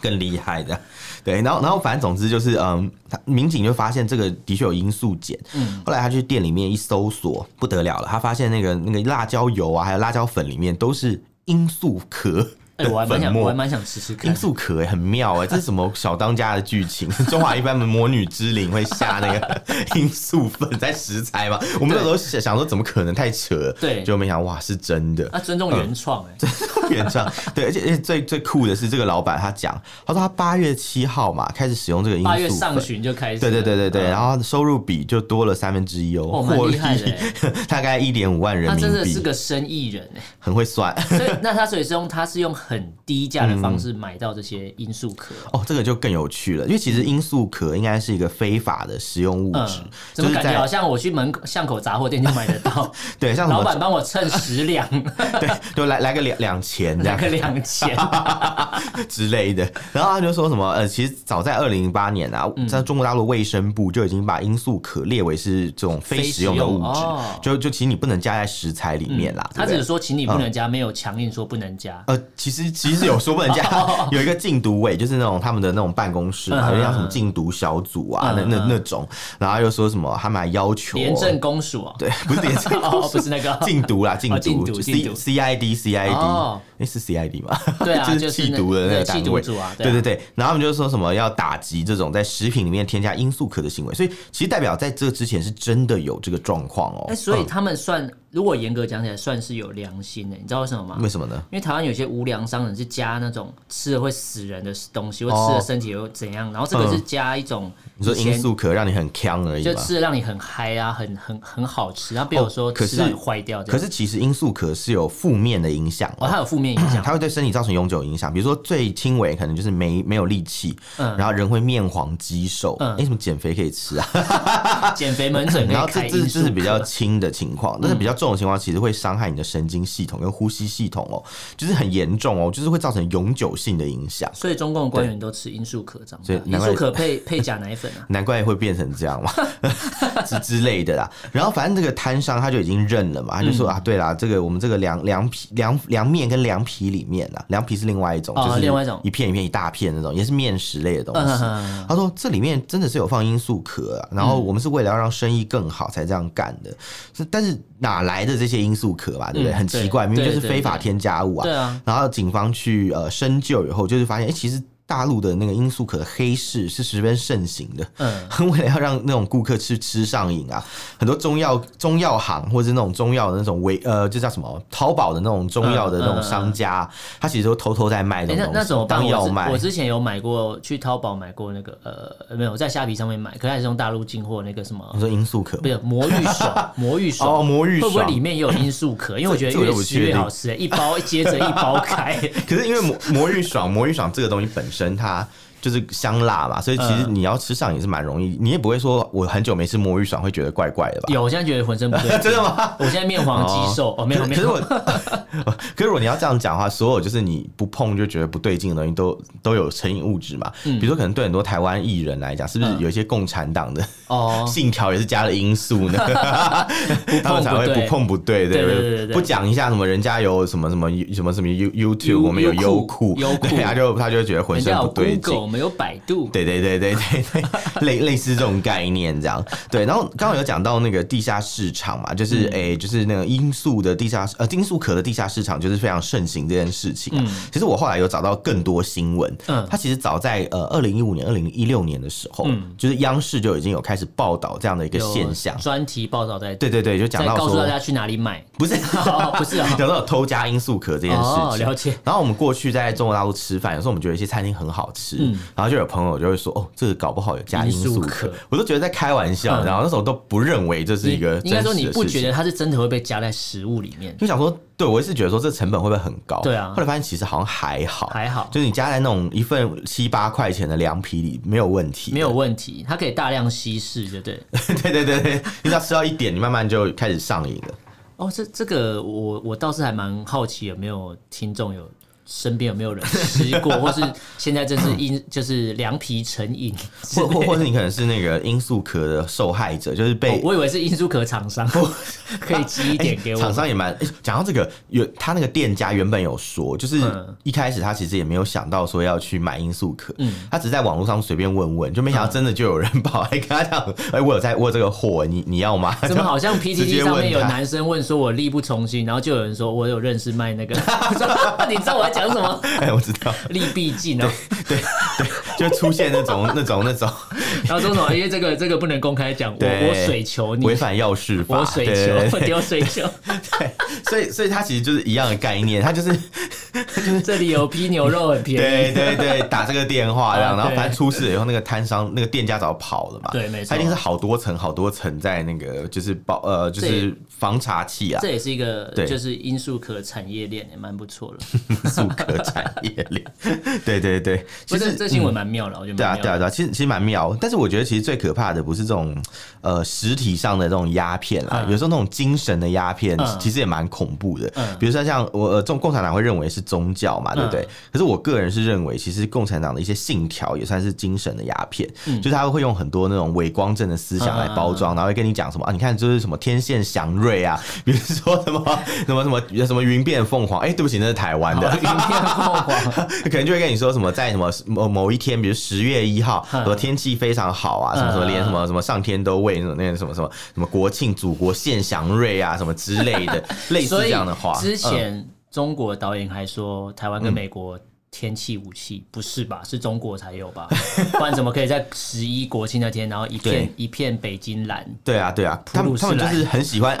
Speaker 1: 更厉害的，对，然后然后反正总之就是，嗯，他民警就发现这个的确有罂粟碱，嗯，后来他去店里面一搜索，不得了了，他发现那个那个辣椒油啊，还有辣椒粉里面都是罂粟壳
Speaker 2: 哎，
Speaker 1: 的
Speaker 2: 我还蛮
Speaker 1: 粉
Speaker 2: 想，我
Speaker 1: 末
Speaker 2: 还，蛮想吃吃看
Speaker 1: 罂。粟壳欸很妙哎、欸，这是什么小当家的剧情？ 中华一般的魔女之灵会下那 个罂粟粉在食材吗？我们那时候想想说，怎么可能太扯了？
Speaker 2: 对
Speaker 1: 就没想到哇，是真的。
Speaker 2: 啊，尊重原创
Speaker 1: 嗯
Speaker 2: 哎，
Speaker 1: 原唱对，而且而且最最酷的是，这个老板他讲，他说他八月七号嘛开始使用这个罂
Speaker 2: 八月
Speaker 1: 粟
Speaker 2: 上
Speaker 1: 粉。
Speaker 2: 旬就开始。
Speaker 1: 对对对对对，
Speaker 2: 嗯
Speaker 1: 然后收入比就多了三分之一哦，
Speaker 2: 哦蛮
Speaker 1: 获利
Speaker 2: 厉害的欸
Speaker 1: 大概一点五万人
Speaker 2: 他
Speaker 1: 民
Speaker 2: 真的是
Speaker 1: 币，
Speaker 2: 个生意人哎，
Speaker 1: 很会算。
Speaker 2: 所以那他所以是用他是用很低价的方式买到这些罂粟壳。
Speaker 1: 哦，这个就更有趣了，因为其实罂粟壳应该是一个非法的食用物质
Speaker 2: 嗯，，
Speaker 1: 就
Speaker 2: 怎么
Speaker 1: 是
Speaker 2: 感觉
Speaker 1: 在
Speaker 2: 好像我去门口巷口杂货店就买 得到？
Speaker 1: 对，像什
Speaker 2: 老板
Speaker 1: 么
Speaker 2: 帮我称十两，
Speaker 1: 对，就来来个两两钱这
Speaker 2: 两
Speaker 1: 样
Speaker 2: 个两千。
Speaker 1: 之类的。然后他就说什么呃，其实早在二零零八年啊，
Speaker 2: 嗯
Speaker 1: 在中国大陆卫生部就已经把罂粟壳列为是这种非
Speaker 2: 非食
Speaker 1: 食用的
Speaker 2: 用
Speaker 1: 物质
Speaker 2: 哦，
Speaker 1: 就就其实你不能加在食材里面啦。对
Speaker 2: 他
Speaker 1: 不
Speaker 2: 只
Speaker 1: 对
Speaker 2: 是说请你不能加，没有强硬说不能加。
Speaker 1: 呃，其实其实有说不能 加， 有一个禁毒委，就是那种他们的那种办公室嘛，
Speaker 2: 哦嗯
Speaker 1: 有点像什么禁毒小组啊，
Speaker 2: 嗯
Speaker 1: 那
Speaker 2: 嗯
Speaker 1: 那那种，然后又说什么他们还要求
Speaker 2: 廉政公署哦，
Speaker 1: 对，不是廉政公
Speaker 2: 哦
Speaker 1: 署
Speaker 2: 不是那 个
Speaker 1: 禁毒啦，禁
Speaker 2: 哦禁毒
Speaker 1: 毒
Speaker 2: 禁毒
Speaker 1: C C I D C I
Speaker 2: 哦
Speaker 1: D，那是 C I D 吗？
Speaker 2: 对啊
Speaker 1: 就
Speaker 2: 就是是
Speaker 1: 缉
Speaker 2: 那
Speaker 1: 毒的那
Speaker 2: 对
Speaker 1: 个
Speaker 2: 缉
Speaker 1: 单
Speaker 2: 毒
Speaker 1: 位
Speaker 2: 组啊对啊
Speaker 1: 对对对。然后他们就说什么要打击这种在食品里面添加罂粟壳的行为，所以其实代表在这之前是真的有这个状况哦
Speaker 2: 哎，。所以他们算，如果严格讲起来，算是有良心的，你知道为什么吗？
Speaker 1: 嗯为什么呢？
Speaker 2: 因为台湾有些无良商人是加那种吃了会死人的东西，或吃了身体会怎样，然后这个是加一种
Speaker 1: 哦嗯你说
Speaker 2: 以前
Speaker 1: 罂粟壳让你很呛而已
Speaker 2: 就
Speaker 1: 吧？
Speaker 2: 吃的让你很嗨啊，很很很好吃，然后比如说
Speaker 1: 哦可
Speaker 2: 吃
Speaker 1: 是
Speaker 2: 到你坏掉这
Speaker 1: 可
Speaker 2: 样。
Speaker 1: 是其实罂粟壳是有负面的影响啊
Speaker 2: 哦，它有负面影响，
Speaker 1: 它会对身体造成永久影响，比如说最轻微可能就是没没有力气，
Speaker 2: 嗯
Speaker 1: 然后人会面黄肌瘦，
Speaker 2: 嗯
Speaker 1: 哎、什么减肥可以吃啊？
Speaker 2: 减肥门诊 可以
Speaker 1: 然后
Speaker 2: 开
Speaker 1: 这这
Speaker 2: 罂
Speaker 1: 这
Speaker 2: 粟
Speaker 1: 是比较
Speaker 2: 壳
Speaker 1: 轻的情况，但是比较重的情况其实会伤害你的神经系统跟呼吸系统哦，就是很严重哦，就是会造成永久性的影响，
Speaker 2: 所以中共的官员都吃罂粟壳长大
Speaker 1: 所以，
Speaker 2: 罂
Speaker 1: 难怪
Speaker 2: 粟壳配 配假奶粉啊，
Speaker 1: 难怪会变成这样嘛 之之类的啦。然后反正这个摊商他就已经认了嘛，他就
Speaker 2: 嗯
Speaker 1: 说、啊，对啦，这个我们这个凉凉皮凉凉面跟凉皮里面啊，凉皮是另外一种，
Speaker 2: 哦
Speaker 1: 就是
Speaker 2: 另外一种
Speaker 1: 一片一片一大片那种，也是面食类的东西。
Speaker 2: 嗯
Speaker 1: 他说这里面真的是有放罂粟壳啊，然后我们是为了要让生意更好才这样干的。是但是哪来的这些罂粟壳吧？对不对？
Speaker 2: 嗯
Speaker 1: 很奇怪，
Speaker 2: 对
Speaker 1: 明明就是
Speaker 2: 对
Speaker 1: 非法
Speaker 2: 对
Speaker 1: 添加物啊
Speaker 2: 对。啊，
Speaker 1: 然后警方去呃深究以后，就是发现，哎，其实大陆的那个罂粟壳的黑市是十分盛行的。
Speaker 2: 嗯，
Speaker 1: 为了要让那种顾客吃吃上瘾啊，很多中药中药行或者是那种中药的那种微呃，就叫什么淘宝的那种中药的那
Speaker 2: 嗯嗯
Speaker 1: 种
Speaker 2: 嗯
Speaker 1: 商家，他其实都偷偷在卖这
Speaker 2: 哎
Speaker 1: 种东
Speaker 2: 那
Speaker 1: 西，
Speaker 2: 那怎么办？
Speaker 1: 当药
Speaker 2: 我之
Speaker 1: 卖
Speaker 2: 我。之前有买过，去淘宝买过那个呃，没有我在虾皮上面买，可是还是用大陆进货那个什么
Speaker 1: 你，说罂粟壳
Speaker 2: 不是魔芋 爽，魔芋
Speaker 1: 嗯
Speaker 2: 爽
Speaker 1: 哦，魔芋
Speaker 2: 会不会
Speaker 1: 爽
Speaker 2: 里面也有罂粟壳？因为我觉得
Speaker 1: 这我
Speaker 2: 越
Speaker 1: 就不
Speaker 2: 吃越
Speaker 1: 确定
Speaker 2: 好吃，一包接着一包 开。
Speaker 1: 可是因为 魔魔芋爽，魔芋爽这个东西本身它就是香辣嘛，所以其实
Speaker 2: 嗯
Speaker 1: 你要吃上也是蛮容易，你也不会说我很久没吃魔芋爽会觉得怪怪的吧？
Speaker 2: 有，我现在觉得浑身不对 劲，
Speaker 1: 真的吗？
Speaker 2: 我现在面黄肌瘦，哦，没有
Speaker 1: 可
Speaker 2: 没
Speaker 1: 是可是
Speaker 2: 有
Speaker 1: 我，， 可是如果你要这样讲的话，所有就是你不碰就觉得不对劲的东西都都有成瘾物质嘛。比如说，可能对很多台湾艺人来讲，是不是
Speaker 2: 嗯
Speaker 1: 有一些共产党的
Speaker 2: 哦，
Speaker 1: 信条也是加了因素呢？ 他们才会不碰不对，
Speaker 2: 对
Speaker 1: 不
Speaker 2: 对对对对
Speaker 1: 不讲一下什么人家有什么什么什么什么 You YouTube，
Speaker 2: 优
Speaker 1: 我们有
Speaker 2: 优
Speaker 1: 优
Speaker 2: 酷
Speaker 1: 酷，
Speaker 2: 优酷
Speaker 1: 对， 他就他就会觉得浑
Speaker 2: 人
Speaker 1: 身
Speaker 2: 家
Speaker 1: 不
Speaker 2: 有
Speaker 1: 对劲
Speaker 2: Google，。我们有百度，
Speaker 1: 对对对对对对，类类似这种概念这样。对，然后刚刚有讲到那个地下市场嘛，就是
Speaker 2: 嗯
Speaker 1: 诶、就是那个罂粟的地下呃罂粟壳的地下市场，就是非常盛行这件事情、啊。其实我后来有找到更多新闻，
Speaker 2: 嗯
Speaker 1: 它其实早在呃二零一五年、二零一六年的时候，就是央视就已经有开始报道这样的一个
Speaker 2: 有
Speaker 1: 现象。
Speaker 2: 专题报道在
Speaker 1: 对对对，就讲
Speaker 2: 再
Speaker 1: 到
Speaker 2: 告诉
Speaker 1: 说
Speaker 2: 大家去哪里买，
Speaker 1: 不是
Speaker 2: 哦 不是啊
Speaker 1: 讲到有偷加罂粟壳这件事情，
Speaker 2: 哦了解。
Speaker 1: 然后我们过去在中国大陆吃饭，有时候我们觉得一些餐厅很好吃，然后就有朋友就会说：“哦，这个搞不好有加罂粟
Speaker 2: 嗯罂粟
Speaker 1: 壳
Speaker 2: 壳。”
Speaker 1: 我都觉得在开玩笑，
Speaker 2: 嗯
Speaker 1: 然后那时候都不认为这是一个
Speaker 2: 应该
Speaker 1: 真
Speaker 2: 说
Speaker 1: 实
Speaker 2: 你
Speaker 1: 的
Speaker 2: 不
Speaker 1: 事
Speaker 2: 觉
Speaker 1: 情。
Speaker 2: 得它是真的会被加在食物里面，
Speaker 1: 就想说，对我也是觉得说这成本会不会很高？
Speaker 2: 对啊
Speaker 1: 后来发现其实好像还好，
Speaker 2: 还好
Speaker 1: 就是你加在那种一份七八块钱的凉皮里没有问题，
Speaker 2: 没有。问题，它可以大量稀释，对不对？
Speaker 1: 对对对对，你只要吃到一点，你慢慢就开始上瘾了。
Speaker 2: 哦，这这个我我倒是还蛮好奇，有没有听众有身边有没有人吃过，或是现在正是 因就是凉皮成瘾之
Speaker 1: 或
Speaker 2: 类
Speaker 1: 或
Speaker 2: 的，
Speaker 1: 或是你可能是那个罂粟壳的受害者，就是被
Speaker 2: 哦我以为是罂粟壳厂商， 可以寄一点给我。
Speaker 1: 哎厂商也蛮诶讲、到这个，原他那个店家原本有说，就是
Speaker 2: 嗯
Speaker 1: 一开始他其实也没有想到说要去买罂粟壳，他只是在网络上随便问问，就没想到真的就有人跑来跟他讲，哎、我有 在我有这个货，你你要吗？
Speaker 2: 怎么好像
Speaker 1: 直
Speaker 2: PTT
Speaker 1: 接问
Speaker 2: 上面有
Speaker 1: 他
Speaker 2: 男生问说我力不从心，然后就有人说我有认识卖那个， 你知道我在讲什么？
Speaker 1: 哎、我知道，
Speaker 2: 力必尽哦，
Speaker 1: 就出现那 种那种那种
Speaker 2: 然后说什么？因为这个这个不能公开讲，我
Speaker 1: 对
Speaker 2: 我水球你
Speaker 1: 违，反药事法，
Speaker 2: 我水
Speaker 1: 对对对
Speaker 2: 球，我
Speaker 1: 对
Speaker 2: 丢水 球，
Speaker 1: 所以所以他其实就是一样的概念，他就是
Speaker 2: 这里有批牛肉很便
Speaker 1: 对
Speaker 2: 宜，
Speaker 1: 对对，打这个电话这样，
Speaker 2: 啊
Speaker 1: 然后
Speaker 2: 对
Speaker 1: 反正出事了以后，那个摊商那个店家早跑了嘛，
Speaker 2: 对没错
Speaker 1: 他一定是好多层好多层在那个就是保呃就
Speaker 2: 这也
Speaker 1: 是防查器啊，
Speaker 2: 这也是一个
Speaker 1: 对
Speaker 2: 就是罂粟壳产业链也蛮不 错了。
Speaker 1: 速可产业 链，对对对，
Speaker 2: 不
Speaker 1: 其
Speaker 2: 是
Speaker 1: 实
Speaker 2: 这新闻蛮妙了，我觉得
Speaker 1: 对啊
Speaker 2: 蛮妙
Speaker 1: 对啊
Speaker 2: 的。
Speaker 1: 对啊，其实其实蛮妙，但是我觉得其实最可怕的不是这种呃实体上的这种鸦片啦，
Speaker 2: 嗯
Speaker 1: 有时候那种精神的鸦片
Speaker 2: 嗯
Speaker 1: 其实也蛮恐怖的，
Speaker 2: 嗯
Speaker 1: 比如说像我呃中共产党会认为是宗教嘛，对不对？
Speaker 2: 嗯
Speaker 1: 可是我个人是认为，其实共产党的一些信条也算是精神的鸦片，
Speaker 2: 嗯
Speaker 1: 就是他会用很多那种伪光正的思想来包装，然后会跟你讲什么啊，你看就是什么天线祥瑞啊，比如说什么什么什么什么云变凤凰，哎、对不啊起，那是台湾的
Speaker 2: 好。云片凤凰，
Speaker 1: 可能就会跟你说什么，在什么某某一天，比如十月一号，
Speaker 2: 嗯
Speaker 1: 什么天气非常好啊，什么什么连什么什么上天都为那种那个什么什么什么国庆祖国献祥瑞啊，什么之 类的，类似
Speaker 2: 所
Speaker 1: 这
Speaker 2: 以
Speaker 1: 样的话。
Speaker 2: 之
Speaker 1: 嗯
Speaker 2: 前中国导演还说台湾跟美国。天气武器，不是吧？是中国才有吧？ 不然怎么可以在十一国庆那天，然后一片
Speaker 1: 对
Speaker 2: 一片北京蓝？
Speaker 1: 对啊，对啊，他们
Speaker 2: 普鲁士
Speaker 1: 他们就
Speaker 2: 蓝
Speaker 1: 是很喜 欢，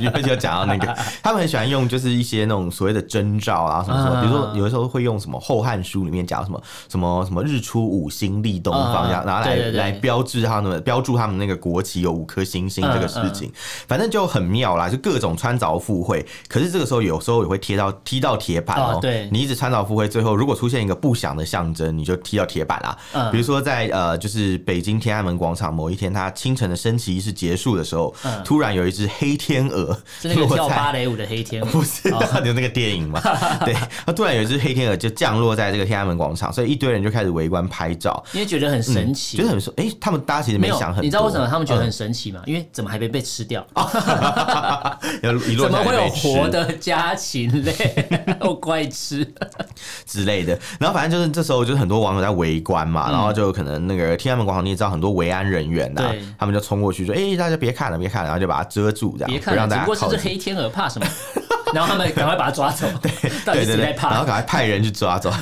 Speaker 1: 因为就讲到那个，他们很喜欢用就是一些那种所谓的征兆啊什么什么，
Speaker 2: 啊
Speaker 1: 比如说有的时候会用什么《后汉书》里面讲什么什么什么日出五星立东方，这样
Speaker 2: 啊
Speaker 1: 拿来
Speaker 2: 对对对
Speaker 1: 来标志他们标注他们那个国旗有五颗星星这个事
Speaker 2: 嗯
Speaker 1: 情，反正就很妙啦，就各种穿凿附会。可是这个时候有时候也会贴到踢到铁板哦
Speaker 2: 啊，对
Speaker 1: 你一直穿凿附会，最后如果出现一个不祥的象征，你就踢到铁板啦。
Speaker 2: 嗯
Speaker 1: 比如说在呃，就是北京天安门广场某一天，它清晨的升旗仪式结束的时候，
Speaker 2: 嗯
Speaker 1: 突然有一只黑天鹅
Speaker 2: 是那个
Speaker 1: 落
Speaker 2: 跳
Speaker 1: 在。
Speaker 2: 芭哦蕾舞的黑天鹅，
Speaker 1: 不是，到底 有那个电影嘛？对，它突然有一只黑天鹅就降落在这个天安门广场，所以一堆人就开始围观拍照，
Speaker 2: 因为觉得很
Speaker 1: 嗯
Speaker 2: 神奇，
Speaker 1: 觉得很说，哎，他们大家其实没
Speaker 2: 有
Speaker 1: 想很多，嗯哦
Speaker 2: 你知道为什么他们觉得很神奇吗？因为怎么还没被吃掉？
Speaker 1: 要一落
Speaker 2: 怎么
Speaker 1: 下来
Speaker 2: 会有
Speaker 1: 被吃
Speaker 2: 活的家禽类？ 我怪吃，
Speaker 1: 之类的。然后反正就是这时候就是很多网友在围观嘛，然后就可能那个天安门广场你也知道很多维安人员呐、
Speaker 2: 对
Speaker 1: 他们就冲过去说：“哎、大家别看了，别看了！”然后就把它遮住，这
Speaker 2: 别
Speaker 1: 样
Speaker 2: 看
Speaker 1: 不让
Speaker 2: 了，
Speaker 1: 大
Speaker 2: 只
Speaker 1: 家
Speaker 2: 不过是
Speaker 1: 靠
Speaker 2: 只
Speaker 1: 近。
Speaker 2: 黑天鹅，怕什么？ 然后他们赶快把它抓走， 到
Speaker 1: 对对
Speaker 2: 底谁在
Speaker 1: 对，然后
Speaker 2: 怕？
Speaker 1: 赶快派人去抓走。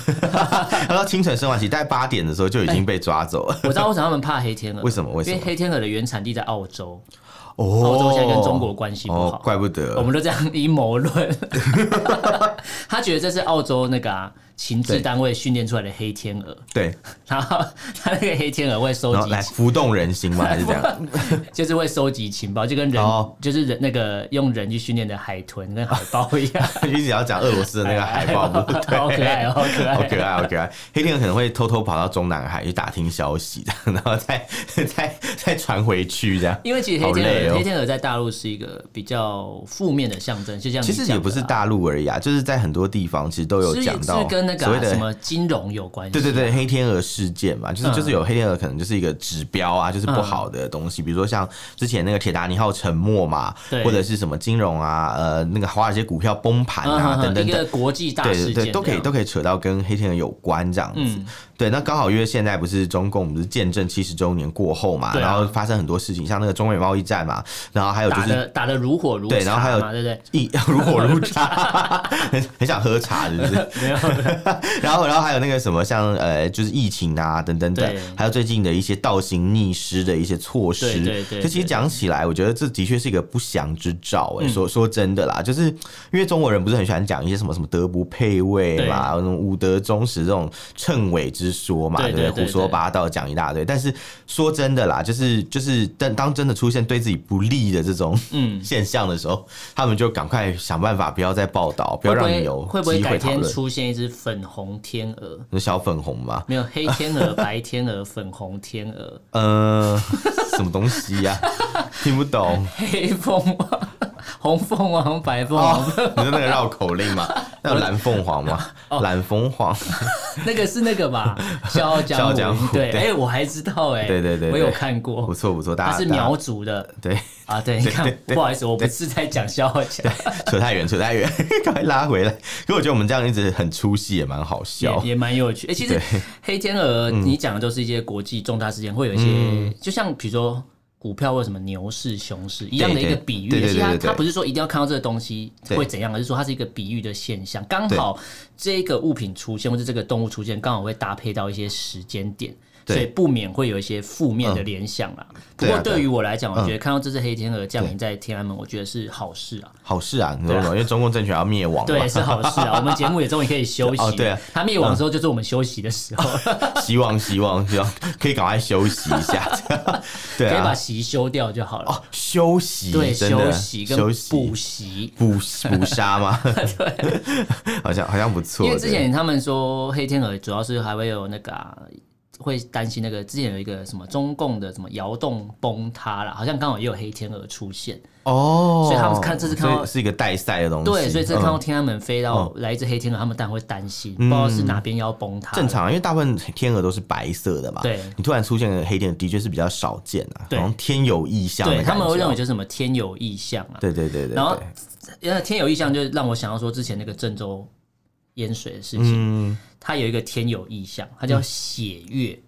Speaker 1: 然后清晨升完旗，大概八点的时候就已经被抓走了。
Speaker 2: 我知道为什么他们怕黑天鹅，
Speaker 1: 为什么为什么
Speaker 2: 因为黑天鹅的原产地在澳洲，澳洲
Speaker 1: 哦
Speaker 2: 现在跟中国关系不
Speaker 1: 哦，
Speaker 2: 好，
Speaker 1: 怪不
Speaker 2: 我
Speaker 1: 得。
Speaker 2: 们都这样阴谋 论。他觉得这是澳洲那个啊，情治
Speaker 1: 对
Speaker 2: 单位训练出来的黑天鹅，
Speaker 1: 对，
Speaker 2: 然后他那个黑天鹅会收
Speaker 1: 然后
Speaker 2: 集
Speaker 1: 来浮动人心嘛，还是这样？
Speaker 2: 就是会收集情报，就跟人、
Speaker 1: 哦
Speaker 2: 就是人那个用人去训练的海豚跟海豹一样。
Speaker 1: 一直要讲俄罗斯的 那个海报，不对，
Speaker 2: 好可爱哦好可爱
Speaker 1: 好可爱，好可爱。黑天鹅可能会偷偷跑到中南海去打听消息，这样然后再 再再传回去这样。
Speaker 2: 因为其实黑
Speaker 1: 好累
Speaker 2: 天
Speaker 1: 哦
Speaker 2: 鹅，黑天鹅在大陆是一个比较负面的象征，就像你
Speaker 1: 其实也不是
Speaker 2: 讲的啊，
Speaker 1: 大陆而已啊，就是在很多地方其实都有
Speaker 2: 是
Speaker 1: 讲到
Speaker 2: 是跟那个
Speaker 1: 所
Speaker 2: 啊、
Speaker 1: 谓
Speaker 2: 什
Speaker 1: 的。
Speaker 2: 么金融有关系。
Speaker 1: 对对对，黑天鹅事件嘛，就是
Speaker 2: 嗯
Speaker 1: 就是有黑天鹅，可能就是一个指标啊，就是不好的东西，比如说像之前那个铁达尼号沉没嘛，
Speaker 2: 对
Speaker 1: 或者是什么金融啊，呃，那个华尔街股票崩盘
Speaker 2: 嗯，
Speaker 1: 啊，
Speaker 2: 哼
Speaker 1: 等
Speaker 2: 哼
Speaker 1: 等
Speaker 2: 一
Speaker 1: 等
Speaker 2: 个，国际大
Speaker 1: 对
Speaker 2: 事
Speaker 1: 对
Speaker 2: 件
Speaker 1: 对，都可以
Speaker 2: 这
Speaker 1: 都
Speaker 2: 样
Speaker 1: 可以扯到跟黑天鹅有关这样子。
Speaker 2: 嗯
Speaker 1: 对，那刚好因为现在不是中共不是见证七十周年过后嘛，
Speaker 2: 对啊
Speaker 1: 然后发生很多事情，像那个中美贸易战嘛，然后还有就
Speaker 2: 打
Speaker 1: 是
Speaker 2: 的打的如火如
Speaker 1: 对然后还有
Speaker 2: 荼啊嘛，对不对？
Speaker 1: 一 如火如茶，很很想喝茶，是不是？
Speaker 2: 没有，
Speaker 1: 然后，然后还有那个什么，像呃，就是疫情啊，等等等
Speaker 2: 对，
Speaker 1: 还有最近的一些倒行逆施的一些措施。
Speaker 2: 对对对嗯
Speaker 1: 就其实讲起来，我觉得这的确是一个不祥之兆、哎、说说真的啦，就是因为中国人不是很喜欢讲一些什么什么德不配位嘛，什么武德忠实这种称谓之说嘛，
Speaker 2: 对
Speaker 1: 不
Speaker 2: 对对
Speaker 1: 胡说
Speaker 2: 对
Speaker 1: 八道讲一大堆。但是说真的啦，就是就是，但当真的出现对自己不利的这种
Speaker 2: 嗯。
Speaker 1: 现象的时候，他们就赶快想办法不要再报道，不要
Speaker 2: 会
Speaker 1: 让
Speaker 2: 不会
Speaker 1: 你有
Speaker 2: 会不会
Speaker 1: 机
Speaker 2: 改
Speaker 1: 会讨
Speaker 2: 天
Speaker 1: 论。
Speaker 2: 出现一只粉红天鹅？
Speaker 1: 那小粉红嘛，
Speaker 2: 没有黑天鹅、白天鹅、粉红天鹅、
Speaker 1: 呃， 什么东西 呀、听不懂
Speaker 2: 黑凤凰、红凤凰、白凤凰
Speaker 1: 哦，你说那个绕口令 嘛？那有蓝凤凰吗？ 蓝凤凰，
Speaker 2: 哦那个是那个 吧，《笑傲
Speaker 1: 笑傲
Speaker 2: 江湖》
Speaker 1: 江湖
Speaker 2: 对，
Speaker 1: 对
Speaker 2: 哎、我还知道哎、
Speaker 1: 对对对对
Speaker 2: 我有看
Speaker 1: 不
Speaker 2: 过，
Speaker 1: 错不错，大
Speaker 2: 他
Speaker 1: 家
Speaker 2: 是
Speaker 1: 大家
Speaker 2: 苗族的
Speaker 1: 对，
Speaker 2: 啊。对，你看，不好意思，我不是在讲《笑傲江湖
Speaker 1: 扯太远扯太远， 赶快拉回来。可我觉得我们这样一直很出戏，也蛮好》笑
Speaker 2: 也，。也蛮 有趣。哎、其实黑天鹅，
Speaker 1: 嗯
Speaker 2: 你讲的都是一些国际重大事件，会有一些，就像比如说。股票为什么牛市、熊市一样的一个
Speaker 1: 对
Speaker 2: 比喻？
Speaker 1: 对对
Speaker 2: 其实它
Speaker 1: 对对对
Speaker 2: 它不是说一定要看到这个东西
Speaker 1: 对
Speaker 2: 会怎样，而是说它是一个比喻的现象。刚好这个物品出现或者这个动物出现，刚好会搭配到一些时间点，
Speaker 1: 对
Speaker 2: 所以不免会有一些负面的联想啦。不
Speaker 1: 对啊
Speaker 2: 过
Speaker 1: 对啊
Speaker 2: 对于我来讲，我觉得看到这只黑天鹅降临在天安门，我觉得是好事啊。
Speaker 1: 好事啊，你懂不懂？因为中共政权要灭亡
Speaker 2: 对，
Speaker 1: 嘛，
Speaker 2: 是好事啊！我们节目也终于可以休息了。
Speaker 1: 哦对啊
Speaker 2: 他灭亡之后就是我们休息的时候，
Speaker 1: 希望希望希望可以赶快休息一 下，这样对
Speaker 2: 可以把
Speaker 1: 啊，
Speaker 2: 席休掉就好了。
Speaker 1: 哦，休息，
Speaker 2: 对，
Speaker 1: 真的啊
Speaker 2: 休息跟
Speaker 1: 休息
Speaker 2: 补习。
Speaker 1: 补补杀 吗？ 好像好像不错，
Speaker 2: 因为之
Speaker 1: 对
Speaker 2: 前他们说黑天鹅主要是还会有那个、啊、会担心那个之前有一个什么中共的什么窑洞崩塌了，好像刚好也有黑天鹅出现。
Speaker 1: 哦，
Speaker 2: 所以他们看这次看到
Speaker 1: 所以是一个带赛的东西，
Speaker 2: 对，所以这看到
Speaker 1: 嗯
Speaker 2: 天安门飞到来一只黑天鹅，他们当然会担心，不知道是哪边要崩塌。
Speaker 1: 正。常啊，因为大部分天鹅都是白色的嘛，
Speaker 2: 对
Speaker 1: 你突然出现黑天鹅的确是比较少见啊，好
Speaker 2: 对
Speaker 1: 像天有异象的
Speaker 2: 对
Speaker 1: 感觉啊，
Speaker 2: 他们会认为就是什么天有异象啊，
Speaker 1: 对对对对，
Speaker 2: 然后
Speaker 1: 对，
Speaker 2: 因为天有异象，就让我想到说之前那个郑州淹水的事情，
Speaker 1: 嗯，
Speaker 2: 它有一个天有异象，它叫血月，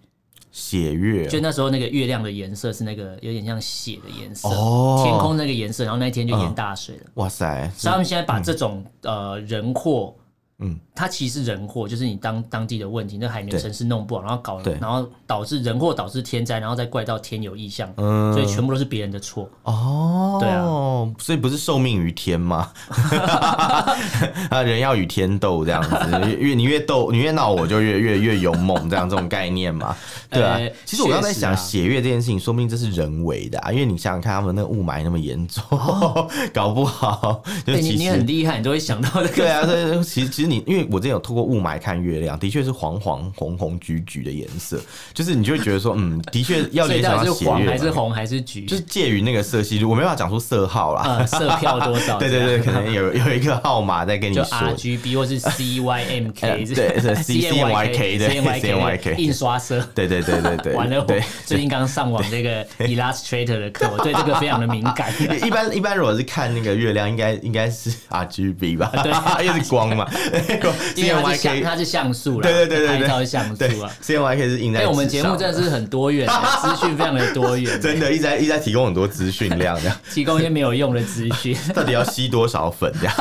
Speaker 1: 血月
Speaker 2: 就那时候那个月亮的颜色是那个有点像血的颜色，
Speaker 1: 哦
Speaker 2: 天空那个颜色，然后那一天就淹大水了。
Speaker 1: 哇塞，
Speaker 2: 所以他们现在把这种、呃人祸
Speaker 1: 嗯，
Speaker 2: 它其实是人祸，就是你当当地的问题，那海绵
Speaker 1: 对
Speaker 2: 城市弄不好，然后搞，
Speaker 1: 嗯对
Speaker 2: 然后导致人祸，导致天灾，然后再怪到天有异象，
Speaker 1: 嗯
Speaker 2: 所以全部都是别人的错。
Speaker 1: 哦，
Speaker 2: 对
Speaker 1: 所以不是受命于天吗？啊，人要与天斗这样子，越你越斗，你越闹，我就越越越勇猛，这样这种概念嘛，对啊。
Speaker 2: 呃
Speaker 1: 其实我刚才在想
Speaker 2: 确实啊
Speaker 1: 血月这件事情，说不定这是人为的啊，因为你想想看，他们那个雾霾那么严重， 搞不好就
Speaker 2: 哦对你，
Speaker 1: 其
Speaker 2: 你
Speaker 1: 实
Speaker 2: 很厉害，你都会想到这
Speaker 1: 对
Speaker 2: 个。
Speaker 1: 啊，所以其实其实你，因为我之前有透过雾霾看月亮，的确是黄黄红红橘橘的颜色，就是你就会觉得说，嗯，的确 要
Speaker 2: 所以
Speaker 1: 联
Speaker 2: 到
Speaker 1: 想
Speaker 2: 底
Speaker 1: 到
Speaker 2: 是
Speaker 1: 血
Speaker 2: 黄
Speaker 1: 月，
Speaker 2: 还是红还是橘？
Speaker 1: 就是介于那个色系，我没办法讲出色号啦。
Speaker 2: 呃，色票多 少？
Speaker 1: 对对对，可能有有一个号码在跟你
Speaker 2: 嗯就
Speaker 1: 说。
Speaker 2: RGB 或是
Speaker 1: 呃
Speaker 2: CYMK，这
Speaker 1: 对 对
Speaker 2: CNYK
Speaker 1: 对
Speaker 2: CNYK
Speaker 1: CNYK
Speaker 2: 印刷色。
Speaker 1: 对对对对对，
Speaker 2: 完了，我
Speaker 1: 对。
Speaker 2: 最近刚上网这个 Illustrator 的课，我对这个非常的敏感。
Speaker 1: 一般一般如果是看那个月亮，应该应该是 R G B 吧，
Speaker 2: 啊 对
Speaker 1: 又是光嘛
Speaker 2: 因为它是像
Speaker 1: ，CNYK
Speaker 2: 它是像素啦，
Speaker 1: 对对对对
Speaker 2: 拍
Speaker 1: 对，
Speaker 2: 照是 像
Speaker 1: 对
Speaker 2: 素啊。
Speaker 1: ，CNYK 是印在
Speaker 2: 哎，我们
Speaker 1: 纸
Speaker 2: 节目
Speaker 1: 上
Speaker 2: 真的是很多 元，资讯非常的多元，
Speaker 1: 真的一直在一直在提供很多资讯量，这 样
Speaker 2: 提供一些没有用的资 讯。
Speaker 1: 到底要吸多少粉 这样？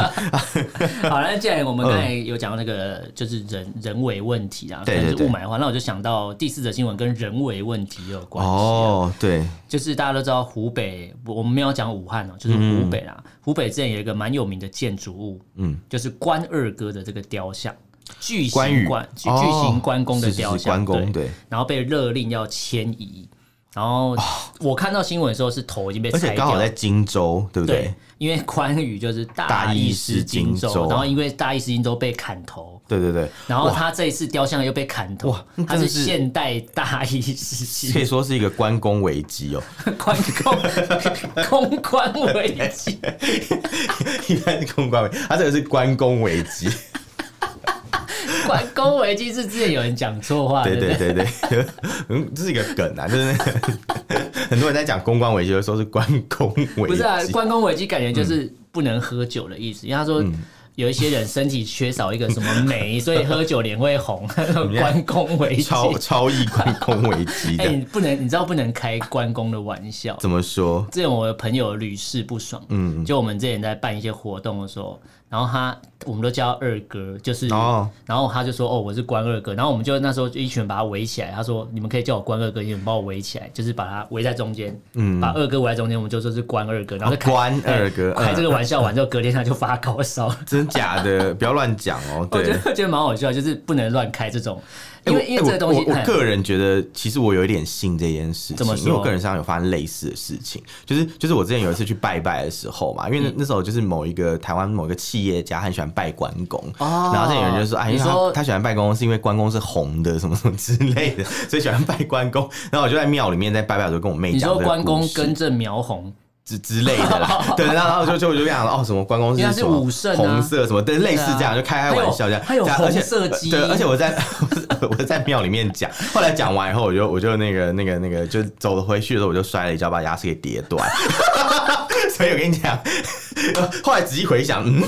Speaker 2: 好，那既然我们刚才有讲到那个就是人人为问题啊，可
Speaker 1: 对
Speaker 2: 能是
Speaker 1: 对对
Speaker 2: 雾霾的话，那我就想到第四则新闻跟人为问题也有关系啊。
Speaker 1: 哦，对，
Speaker 2: 就是大家都知道湖北，我我们没有讲武汉哦、就是湖北啦。湖北之前有一个蛮有名的建筑物，嗯
Speaker 1: 嗯，
Speaker 2: 就是关二哥的这个雕像，巨型
Speaker 1: 关羽
Speaker 2: 关巨
Speaker 1: 哦
Speaker 2: 巨型关公的
Speaker 1: 是是
Speaker 2: 雕
Speaker 1: 是
Speaker 2: 像，
Speaker 1: 关公对，
Speaker 2: 然后被勒令要迁移。然后我看到新闻的时候，是头已经被
Speaker 1: 哦而
Speaker 2: 拆
Speaker 1: 且
Speaker 2: 掉
Speaker 1: 刚好
Speaker 2: 了
Speaker 1: 在。荆州，对不
Speaker 2: 对
Speaker 1: 对？，
Speaker 2: 因为关羽就是大
Speaker 1: 大意
Speaker 2: 意
Speaker 1: 失
Speaker 2: 失荆
Speaker 1: 荆州
Speaker 2: 州，
Speaker 1: 啊
Speaker 2: 然后因为大意失荆州被砍头，
Speaker 1: 对对对，
Speaker 2: 然后他这一次雕像又被砍头
Speaker 1: 哇，那
Speaker 2: 他
Speaker 1: 真的
Speaker 2: 是
Speaker 1: 是
Speaker 2: 现代大意失荆
Speaker 1: 可以说是一个关公危机哦，
Speaker 2: 关 公公关危机，
Speaker 1: 应该是公关危，他这个是关公危 机，
Speaker 2: 关公危机是之前有人讲错话，
Speaker 1: 对
Speaker 2: 不
Speaker 1: 对对对， 嗯，这是一个梗啊，就是 那个很多人在讲公关危机的时候是关公危
Speaker 2: 不
Speaker 1: 机嗯
Speaker 2: 是，啊，关公危机感觉就是不能喝酒的意思，因为他说。有一些人身体缺少一个什么 酶，所以喝酒脸会红。关公危机，
Speaker 1: 超超意关公危机
Speaker 2: 哎、
Speaker 1: 的，
Speaker 2: 你不能，你知道不能开关公的玩笑。
Speaker 1: 怎么说？
Speaker 2: 之前我的朋友屡试不爽，嗯，就我们之前在办一些活动的时候，然后他我们都叫他二哥，就是，
Speaker 1: 哦
Speaker 2: 然后他就说哦我是关二哥，然后我们就那时候就一群人把他围起来，他说你们可以叫我关二哥，你们把我围起来，就是把他围在中间，嗯，把二哥围在中间，我们就说是关二哥，然后就开、
Speaker 1: 哦
Speaker 2: 哎
Speaker 1: 关二哥
Speaker 2: 对开
Speaker 1: 嗯
Speaker 2: 这个玩笑完之后，隔天他就发高烧 了。
Speaker 1: 真假的，不要乱讲哦。
Speaker 2: 我
Speaker 1: 对
Speaker 2: 觉，得觉得蛮好笑，就是不能乱开这种，因为、
Speaker 1: 欸
Speaker 2: 因为这个东西，
Speaker 1: 我我我
Speaker 2: 哎
Speaker 1: 个人觉得，其实我有一点信这件事
Speaker 2: 怎
Speaker 1: 情
Speaker 2: 么，
Speaker 1: 因为
Speaker 2: 说
Speaker 1: 我个人上有发生类似的事情，就是就是我之前有一次去拜拜的时候
Speaker 2: 嗯
Speaker 1: 嘛，因为那那时候就是某一个台湾某一个企业家很喜欢拜关公，
Speaker 2: 哦
Speaker 1: 然后那有人就说，哎，
Speaker 2: 你
Speaker 1: 因为
Speaker 2: 说
Speaker 1: 他他喜欢拜关公是因为关公是红的什么什么之类的，所以喜欢拜关公。然后我就在庙里面在拜拜的时候跟我妹
Speaker 2: 你
Speaker 1: 讲这
Speaker 2: 说
Speaker 1: 个
Speaker 2: 关公
Speaker 1: 故事
Speaker 2: 跟正苗红，
Speaker 1: 之 之类的 啦，对，然后就就我就跟他讲哦，什么关公
Speaker 2: 因为
Speaker 1: 是
Speaker 2: 他是
Speaker 1: 什么
Speaker 2: 武圣啊
Speaker 1: 红色什么，对，类似这样
Speaker 2: 对啊
Speaker 1: 就开开玩笑这样，
Speaker 2: 他有
Speaker 1: 这样
Speaker 2: 他有
Speaker 1: 而且
Speaker 2: 红色鸡
Speaker 1: 对，而且我在 我在庙里面讲，后来讲完以后，我就我就那个那个那个就走了回去的时候，我就摔了一跤，把牙齿给跌断， 所以我跟你讲， 后来仔细回想，嗯，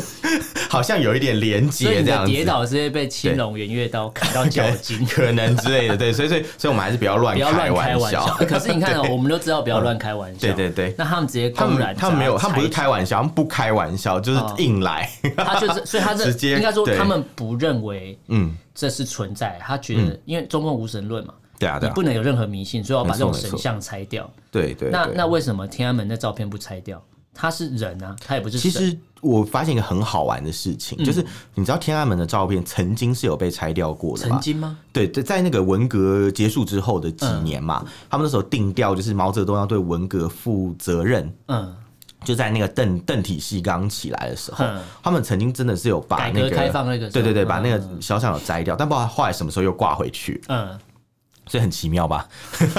Speaker 1: 好像有一点连
Speaker 2: 所以
Speaker 1: 接
Speaker 2: 你
Speaker 1: 这样
Speaker 2: 的
Speaker 1: 子，
Speaker 2: 跌倒是会被青龙偃月刀砍 到脚筋。
Speaker 1: 可能之类的，对，所以所以所以我们还是不要乱
Speaker 2: 不要乱开
Speaker 1: 玩
Speaker 2: 玩笑。 可是你看哦，我们都知道不要乱开玩笑。
Speaker 1: 对对对
Speaker 2: 那他们直接
Speaker 1: 他
Speaker 2: 公然
Speaker 1: 们他们没有，他们不是
Speaker 2: 拆
Speaker 1: 开玩笑，他们不开玩笑，就是
Speaker 2: 哦
Speaker 1: 硬来。
Speaker 2: 穿，他就是，所以他是
Speaker 1: 直接
Speaker 2: 应该说
Speaker 1: 对
Speaker 2: 他们不认为
Speaker 1: 嗯，
Speaker 2: 这是存在，他觉得因为中共无神论嘛，
Speaker 1: 对啊，
Speaker 2: 你
Speaker 1: 对啊
Speaker 2: 不，能有任何迷信，所以要把这种
Speaker 1: 没错没
Speaker 2: 神
Speaker 1: 错
Speaker 2: 像拆掉。
Speaker 1: 对对。
Speaker 2: 那
Speaker 1: 对
Speaker 2: 那为什么天安门的照片不拆掉？他是人啊，他也不是嗯
Speaker 1: 其
Speaker 2: 神。
Speaker 1: 实我发现一个很好玩的事情，就是你知道天安门的照片曾经是有被拆掉过的
Speaker 2: 曾
Speaker 1: 嘛？
Speaker 2: 经嗯吗？
Speaker 1: 对，在在那个文革结束之后的几年嘛，他们那时候定调就是毛泽东要对文革负责任，
Speaker 2: 嗯，
Speaker 1: 就在那个邓邓体系刚起来的时候
Speaker 2: 嗯，
Speaker 1: 他们曾经真的是有把
Speaker 2: 改革
Speaker 1: 那个
Speaker 2: 开放那个时候
Speaker 1: 对对对，把那
Speaker 2: 嗯
Speaker 1: 个小小有摘掉，但不知道后来什么时候又挂回去，
Speaker 2: 嗯，
Speaker 1: 所以很奇妙吧？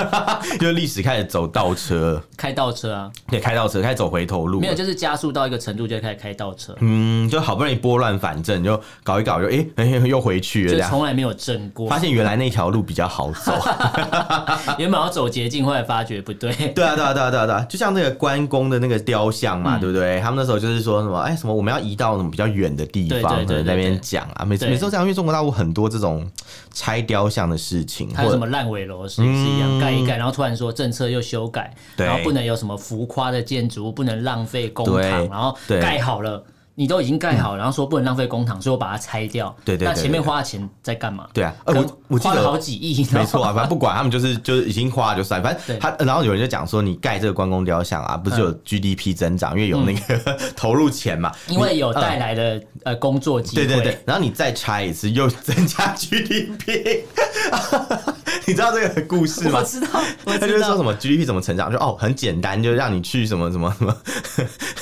Speaker 1: 就历史开始走倒车了，
Speaker 2: 开倒车啊，
Speaker 1: 对，开倒车，开始走回头路了，
Speaker 2: 没有，就是加速到一个程度就开始开倒车，
Speaker 1: 嗯，就好不容易拨乱反正，就搞一搞就，诶 哎、又回去了
Speaker 2: 就
Speaker 1: 这样。
Speaker 2: 从来没有正过。
Speaker 1: 发现原来那条路比较好 走，啊
Speaker 2: 原本要走捷径，后来发觉不对。
Speaker 1: 对啊，对啊，对啊，对啊，对啊，就像那个关公的那个雕像嘛，
Speaker 2: 嗯
Speaker 1: 对不对？他们那时候就是说什么，哎，什么我们要移到什么比较远的地方，
Speaker 2: 对对对
Speaker 1: 可能在那
Speaker 2: 对对
Speaker 1: 边讲啊，每次
Speaker 2: 对
Speaker 1: 每次都这样，因为中国大陆很多这种拆雕像的事情，
Speaker 2: 还有
Speaker 1: 或
Speaker 2: 什
Speaker 1: 者
Speaker 2: 么烂尾楼是不是一样
Speaker 1: 嗯
Speaker 2: 盖一盖，然后突然说政策又修改，
Speaker 1: 对
Speaker 2: 然后不能有什么浮夸的建筑，不能浪费公
Speaker 1: 对
Speaker 2: 帑，然后
Speaker 1: 对
Speaker 2: 盖好了。你都已经盖好，然后说不能浪费公帑，所以我把它拆掉。
Speaker 1: 对对对
Speaker 2: 那前面
Speaker 1: 对对
Speaker 2: 花的钱在干嘛？
Speaker 1: 对啊呃
Speaker 2: 可能
Speaker 1: 我我记
Speaker 2: 花了
Speaker 1: 得
Speaker 2: 好几亿，然后
Speaker 1: 没错啊，反正不管他们就是就是已经花了就算，反
Speaker 2: 对
Speaker 1: 正
Speaker 2: 嗯
Speaker 1: 他然后有人就讲说，你盖这个关公雕像啊，不是有 GDP 增长，因为有那个 投入钱嘛，
Speaker 2: 因为有
Speaker 1: 你嗯
Speaker 2: 带来的呃工作机
Speaker 1: 对
Speaker 2: 会，
Speaker 1: 对对，然后你再拆一次，又增加 GDP，你知道这个故事吗
Speaker 2: 我？知道，我
Speaker 1: 他就是
Speaker 2: 知
Speaker 1: 说
Speaker 2: 道
Speaker 1: 什。么 GDP 怎么成长，就哦很简单，就让你去什么什么什么，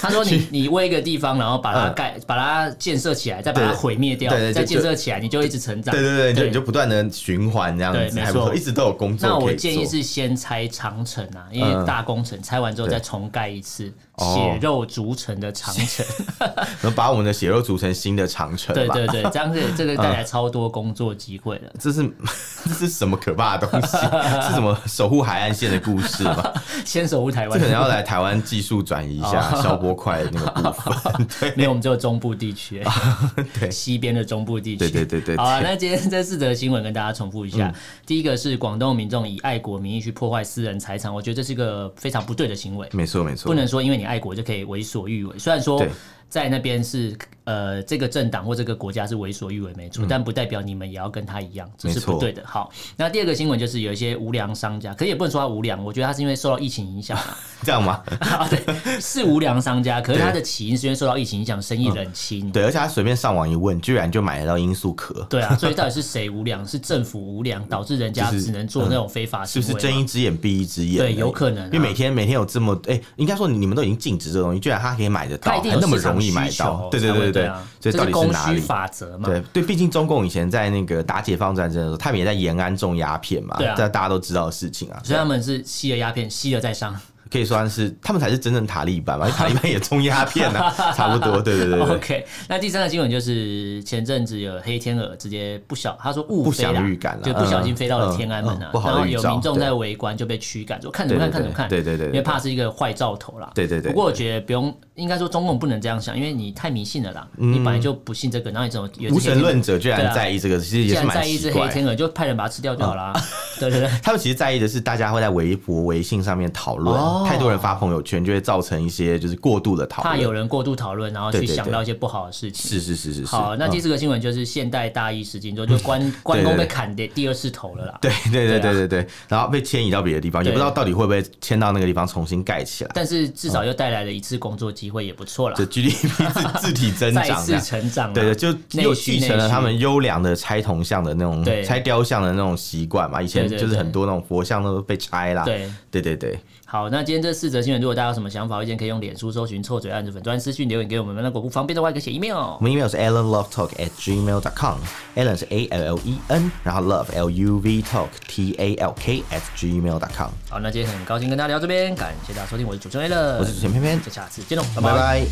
Speaker 2: 他说你你为一个地方，然后把它盖，把它建设起来，再把
Speaker 1: 嗯
Speaker 2: 它
Speaker 1: 对
Speaker 2: 毁灭掉
Speaker 1: 对对，对
Speaker 2: 再
Speaker 1: 就
Speaker 2: 建设起来，你就一直成长。
Speaker 1: 对对对，就
Speaker 2: 对
Speaker 1: 你就不断的循环这样
Speaker 2: 对
Speaker 1: 子，
Speaker 2: 没
Speaker 1: 还不错，
Speaker 2: 错
Speaker 1: 一直都有工作
Speaker 2: 那
Speaker 1: 可
Speaker 2: 我
Speaker 1: 以
Speaker 2: 建议
Speaker 1: 做
Speaker 2: 是先拆长城啊，因
Speaker 1: 嗯
Speaker 2: 为大工程拆完之后
Speaker 1: 对
Speaker 2: 再重盖一次
Speaker 1: 哦
Speaker 2: 血肉筑城的长城。
Speaker 1: 然后把我们的血肉组成新的长城
Speaker 2: 对
Speaker 1: 吧。
Speaker 2: 对对，这样子这个带
Speaker 1: 嗯
Speaker 2: 来超多工作机会了。
Speaker 1: 这是 这是什么可怕的 东西？是什么守护海岸线的故事吗？
Speaker 2: 先守护台
Speaker 1: 这可能
Speaker 2: 湾，
Speaker 1: 要来台湾技术转移一下
Speaker 2: 哦
Speaker 1: 消波块那个部 分。对
Speaker 2: 没有我们只有中部地区，
Speaker 1: 对
Speaker 2: 西边的中部地区。
Speaker 1: 对对对对
Speaker 2: 好啊，
Speaker 1: 对，嗯
Speaker 2: 那今天这四则新闻跟大家重复一下。第一个是广东民众以爱国名义去破坏私人财产，我觉得这是个非常不对的行为。
Speaker 1: 没错没错，
Speaker 2: 不能说因为你爱国就可以为所欲为。虽然说
Speaker 1: 对
Speaker 2: 在那边是呃这个政党或这个国家是为所欲为没错，但不代表你们也要跟他一样，
Speaker 1: 嗯
Speaker 2: 这
Speaker 1: 没
Speaker 2: 是
Speaker 1: 错
Speaker 2: 不对的。好，那第二个新闻就是有一些无良商家，可也不能说他无良，我觉得他是因为受到疫情影 响啊，
Speaker 1: 这样吗？
Speaker 2: 啊对，是无良商家，可是他的起因是因为受到疫情影响，生意冷清。
Speaker 1: 对，而且他随便上网一问，居然就买得到罂粟壳，
Speaker 2: 对啊，所以到底是谁无良？是政府 无良导致人家
Speaker 1: 就是
Speaker 2: 只能做那种非法
Speaker 1: 是
Speaker 2: 行
Speaker 1: 不是
Speaker 2: 为
Speaker 1: 睁
Speaker 2: 吗？
Speaker 1: 一只眼闭一只眼？
Speaker 2: 对有可能啊
Speaker 1: 因为每天每天有这么哎，应该说你们都已经禁止这个东西，居然他可以买得
Speaker 2: 他
Speaker 1: 到，
Speaker 2: 一定
Speaker 1: 还
Speaker 2: 有
Speaker 1: 那么
Speaker 2: 市场
Speaker 1: 容易买
Speaker 2: 需
Speaker 1: 到
Speaker 2: 求？
Speaker 1: 对对
Speaker 2: 才会
Speaker 1: 对
Speaker 2: 对
Speaker 1: 对
Speaker 2: 啊，
Speaker 1: 所以
Speaker 2: 这
Speaker 1: 到
Speaker 2: 是
Speaker 1: 底
Speaker 2: 供
Speaker 1: 哪
Speaker 2: 需
Speaker 1: 里？
Speaker 2: 法则嘛？
Speaker 1: 对对，毕竟中共以前在那个打解放战争的时候，他们也在延安种鸦片嘛，
Speaker 2: 对啊
Speaker 1: 这大家都知道的事情啊，
Speaker 2: 所以他们是吸了鸦片，吸了再上。
Speaker 1: 可以算是他们才是真正塔利 班嘛，因为塔利班也种鸦片啊，差不多，对对对对，
Speaker 2: OK，那第三个新闻就是前阵子有黑天鹅直接不小，他说误
Speaker 1: 不
Speaker 2: 飞啦
Speaker 1: 祥预感啦
Speaker 2: 就不小心飞到了天安门
Speaker 1: 嗯嗯
Speaker 2: 啊
Speaker 1: 嗯，不好
Speaker 2: 然后
Speaker 1: 预
Speaker 2: 有
Speaker 1: 兆
Speaker 2: 民众
Speaker 1: 对
Speaker 2: 在围观就被驱赶，说看怎么看，看怎么看，
Speaker 1: 对对对对对
Speaker 2: 因为怕是一个坏兆头啦。
Speaker 1: 对对对
Speaker 2: 不过我觉得不用，应该说中共不能这样想，因为你太迷信了啦，你本来就不信这个，然后你怎么有
Speaker 1: 嗯
Speaker 2: 一只
Speaker 1: 无
Speaker 2: 黑
Speaker 1: 神
Speaker 2: 天鹅
Speaker 1: 论者居
Speaker 2: 对啊
Speaker 1: 然在意这个，其实
Speaker 2: 既
Speaker 1: 也是
Speaker 2: 然
Speaker 1: 蛮
Speaker 2: 在意一只
Speaker 1: 奇
Speaker 2: 黑
Speaker 1: 怪。嗯
Speaker 2: 天鹅，就派人把它吃掉就好啦。对对对。
Speaker 1: 他们其实在意的是，大家会在微博、微信上面讨论，
Speaker 2: 哦
Speaker 1: 太多人发朋友圈，就会造成一些就是过度的讨
Speaker 2: 怕有
Speaker 1: 论。
Speaker 2: 人过度讨论，然后
Speaker 1: 对
Speaker 2: 去
Speaker 1: 对对
Speaker 2: 想到一些不好的事情。
Speaker 1: 是是是是是。
Speaker 2: 好，那第
Speaker 1: 嗯
Speaker 2: 四个新闻就是现代大一失荆州，就 关关公被砍的第二次头了啦。
Speaker 1: 对对
Speaker 2: 对
Speaker 1: 对对
Speaker 2: 啊
Speaker 1: 对对，然后被迁移到别的地方，也
Speaker 2: 对
Speaker 1: 不知道到底会不会迁到那个地方重新盖起来。
Speaker 2: 但是至少又带来了一次工作机会，也不错啦
Speaker 1: 这，GDP 字字体增
Speaker 2: 再
Speaker 1: 长这
Speaker 2: 次
Speaker 1: 样，
Speaker 2: 成长啦。啊
Speaker 1: 对对，就又
Speaker 2: 内需
Speaker 1: 继承
Speaker 2: 内
Speaker 1: 了
Speaker 2: 需
Speaker 1: 他们优良的拆铜像的那种
Speaker 2: 对
Speaker 1: 拆雕像的那种习惯嘛。以前
Speaker 2: 对对
Speaker 1: 就是
Speaker 2: 对
Speaker 1: 很多那种佛像都被拆啦。
Speaker 2: 对
Speaker 1: 对对对，
Speaker 2: 好，那今天这四则新闻，如果大家有什么想法、意见，可以用脸书搜寻“臭嘴案子粉专”私讯留言给我们。那如果不方便的话，可以写 email
Speaker 1: 我。们 email 是 allenlovetalk at gmail dot com，allen 是 A L L E N，然后 love L U V talk T A L K at gmail dot com。
Speaker 2: 好，那今天很高兴跟大家聊这边，感谢大家收听，我是主持人 a l
Speaker 1: 我是主持人偏偏
Speaker 2: 就下次见喽，
Speaker 1: 拜拜。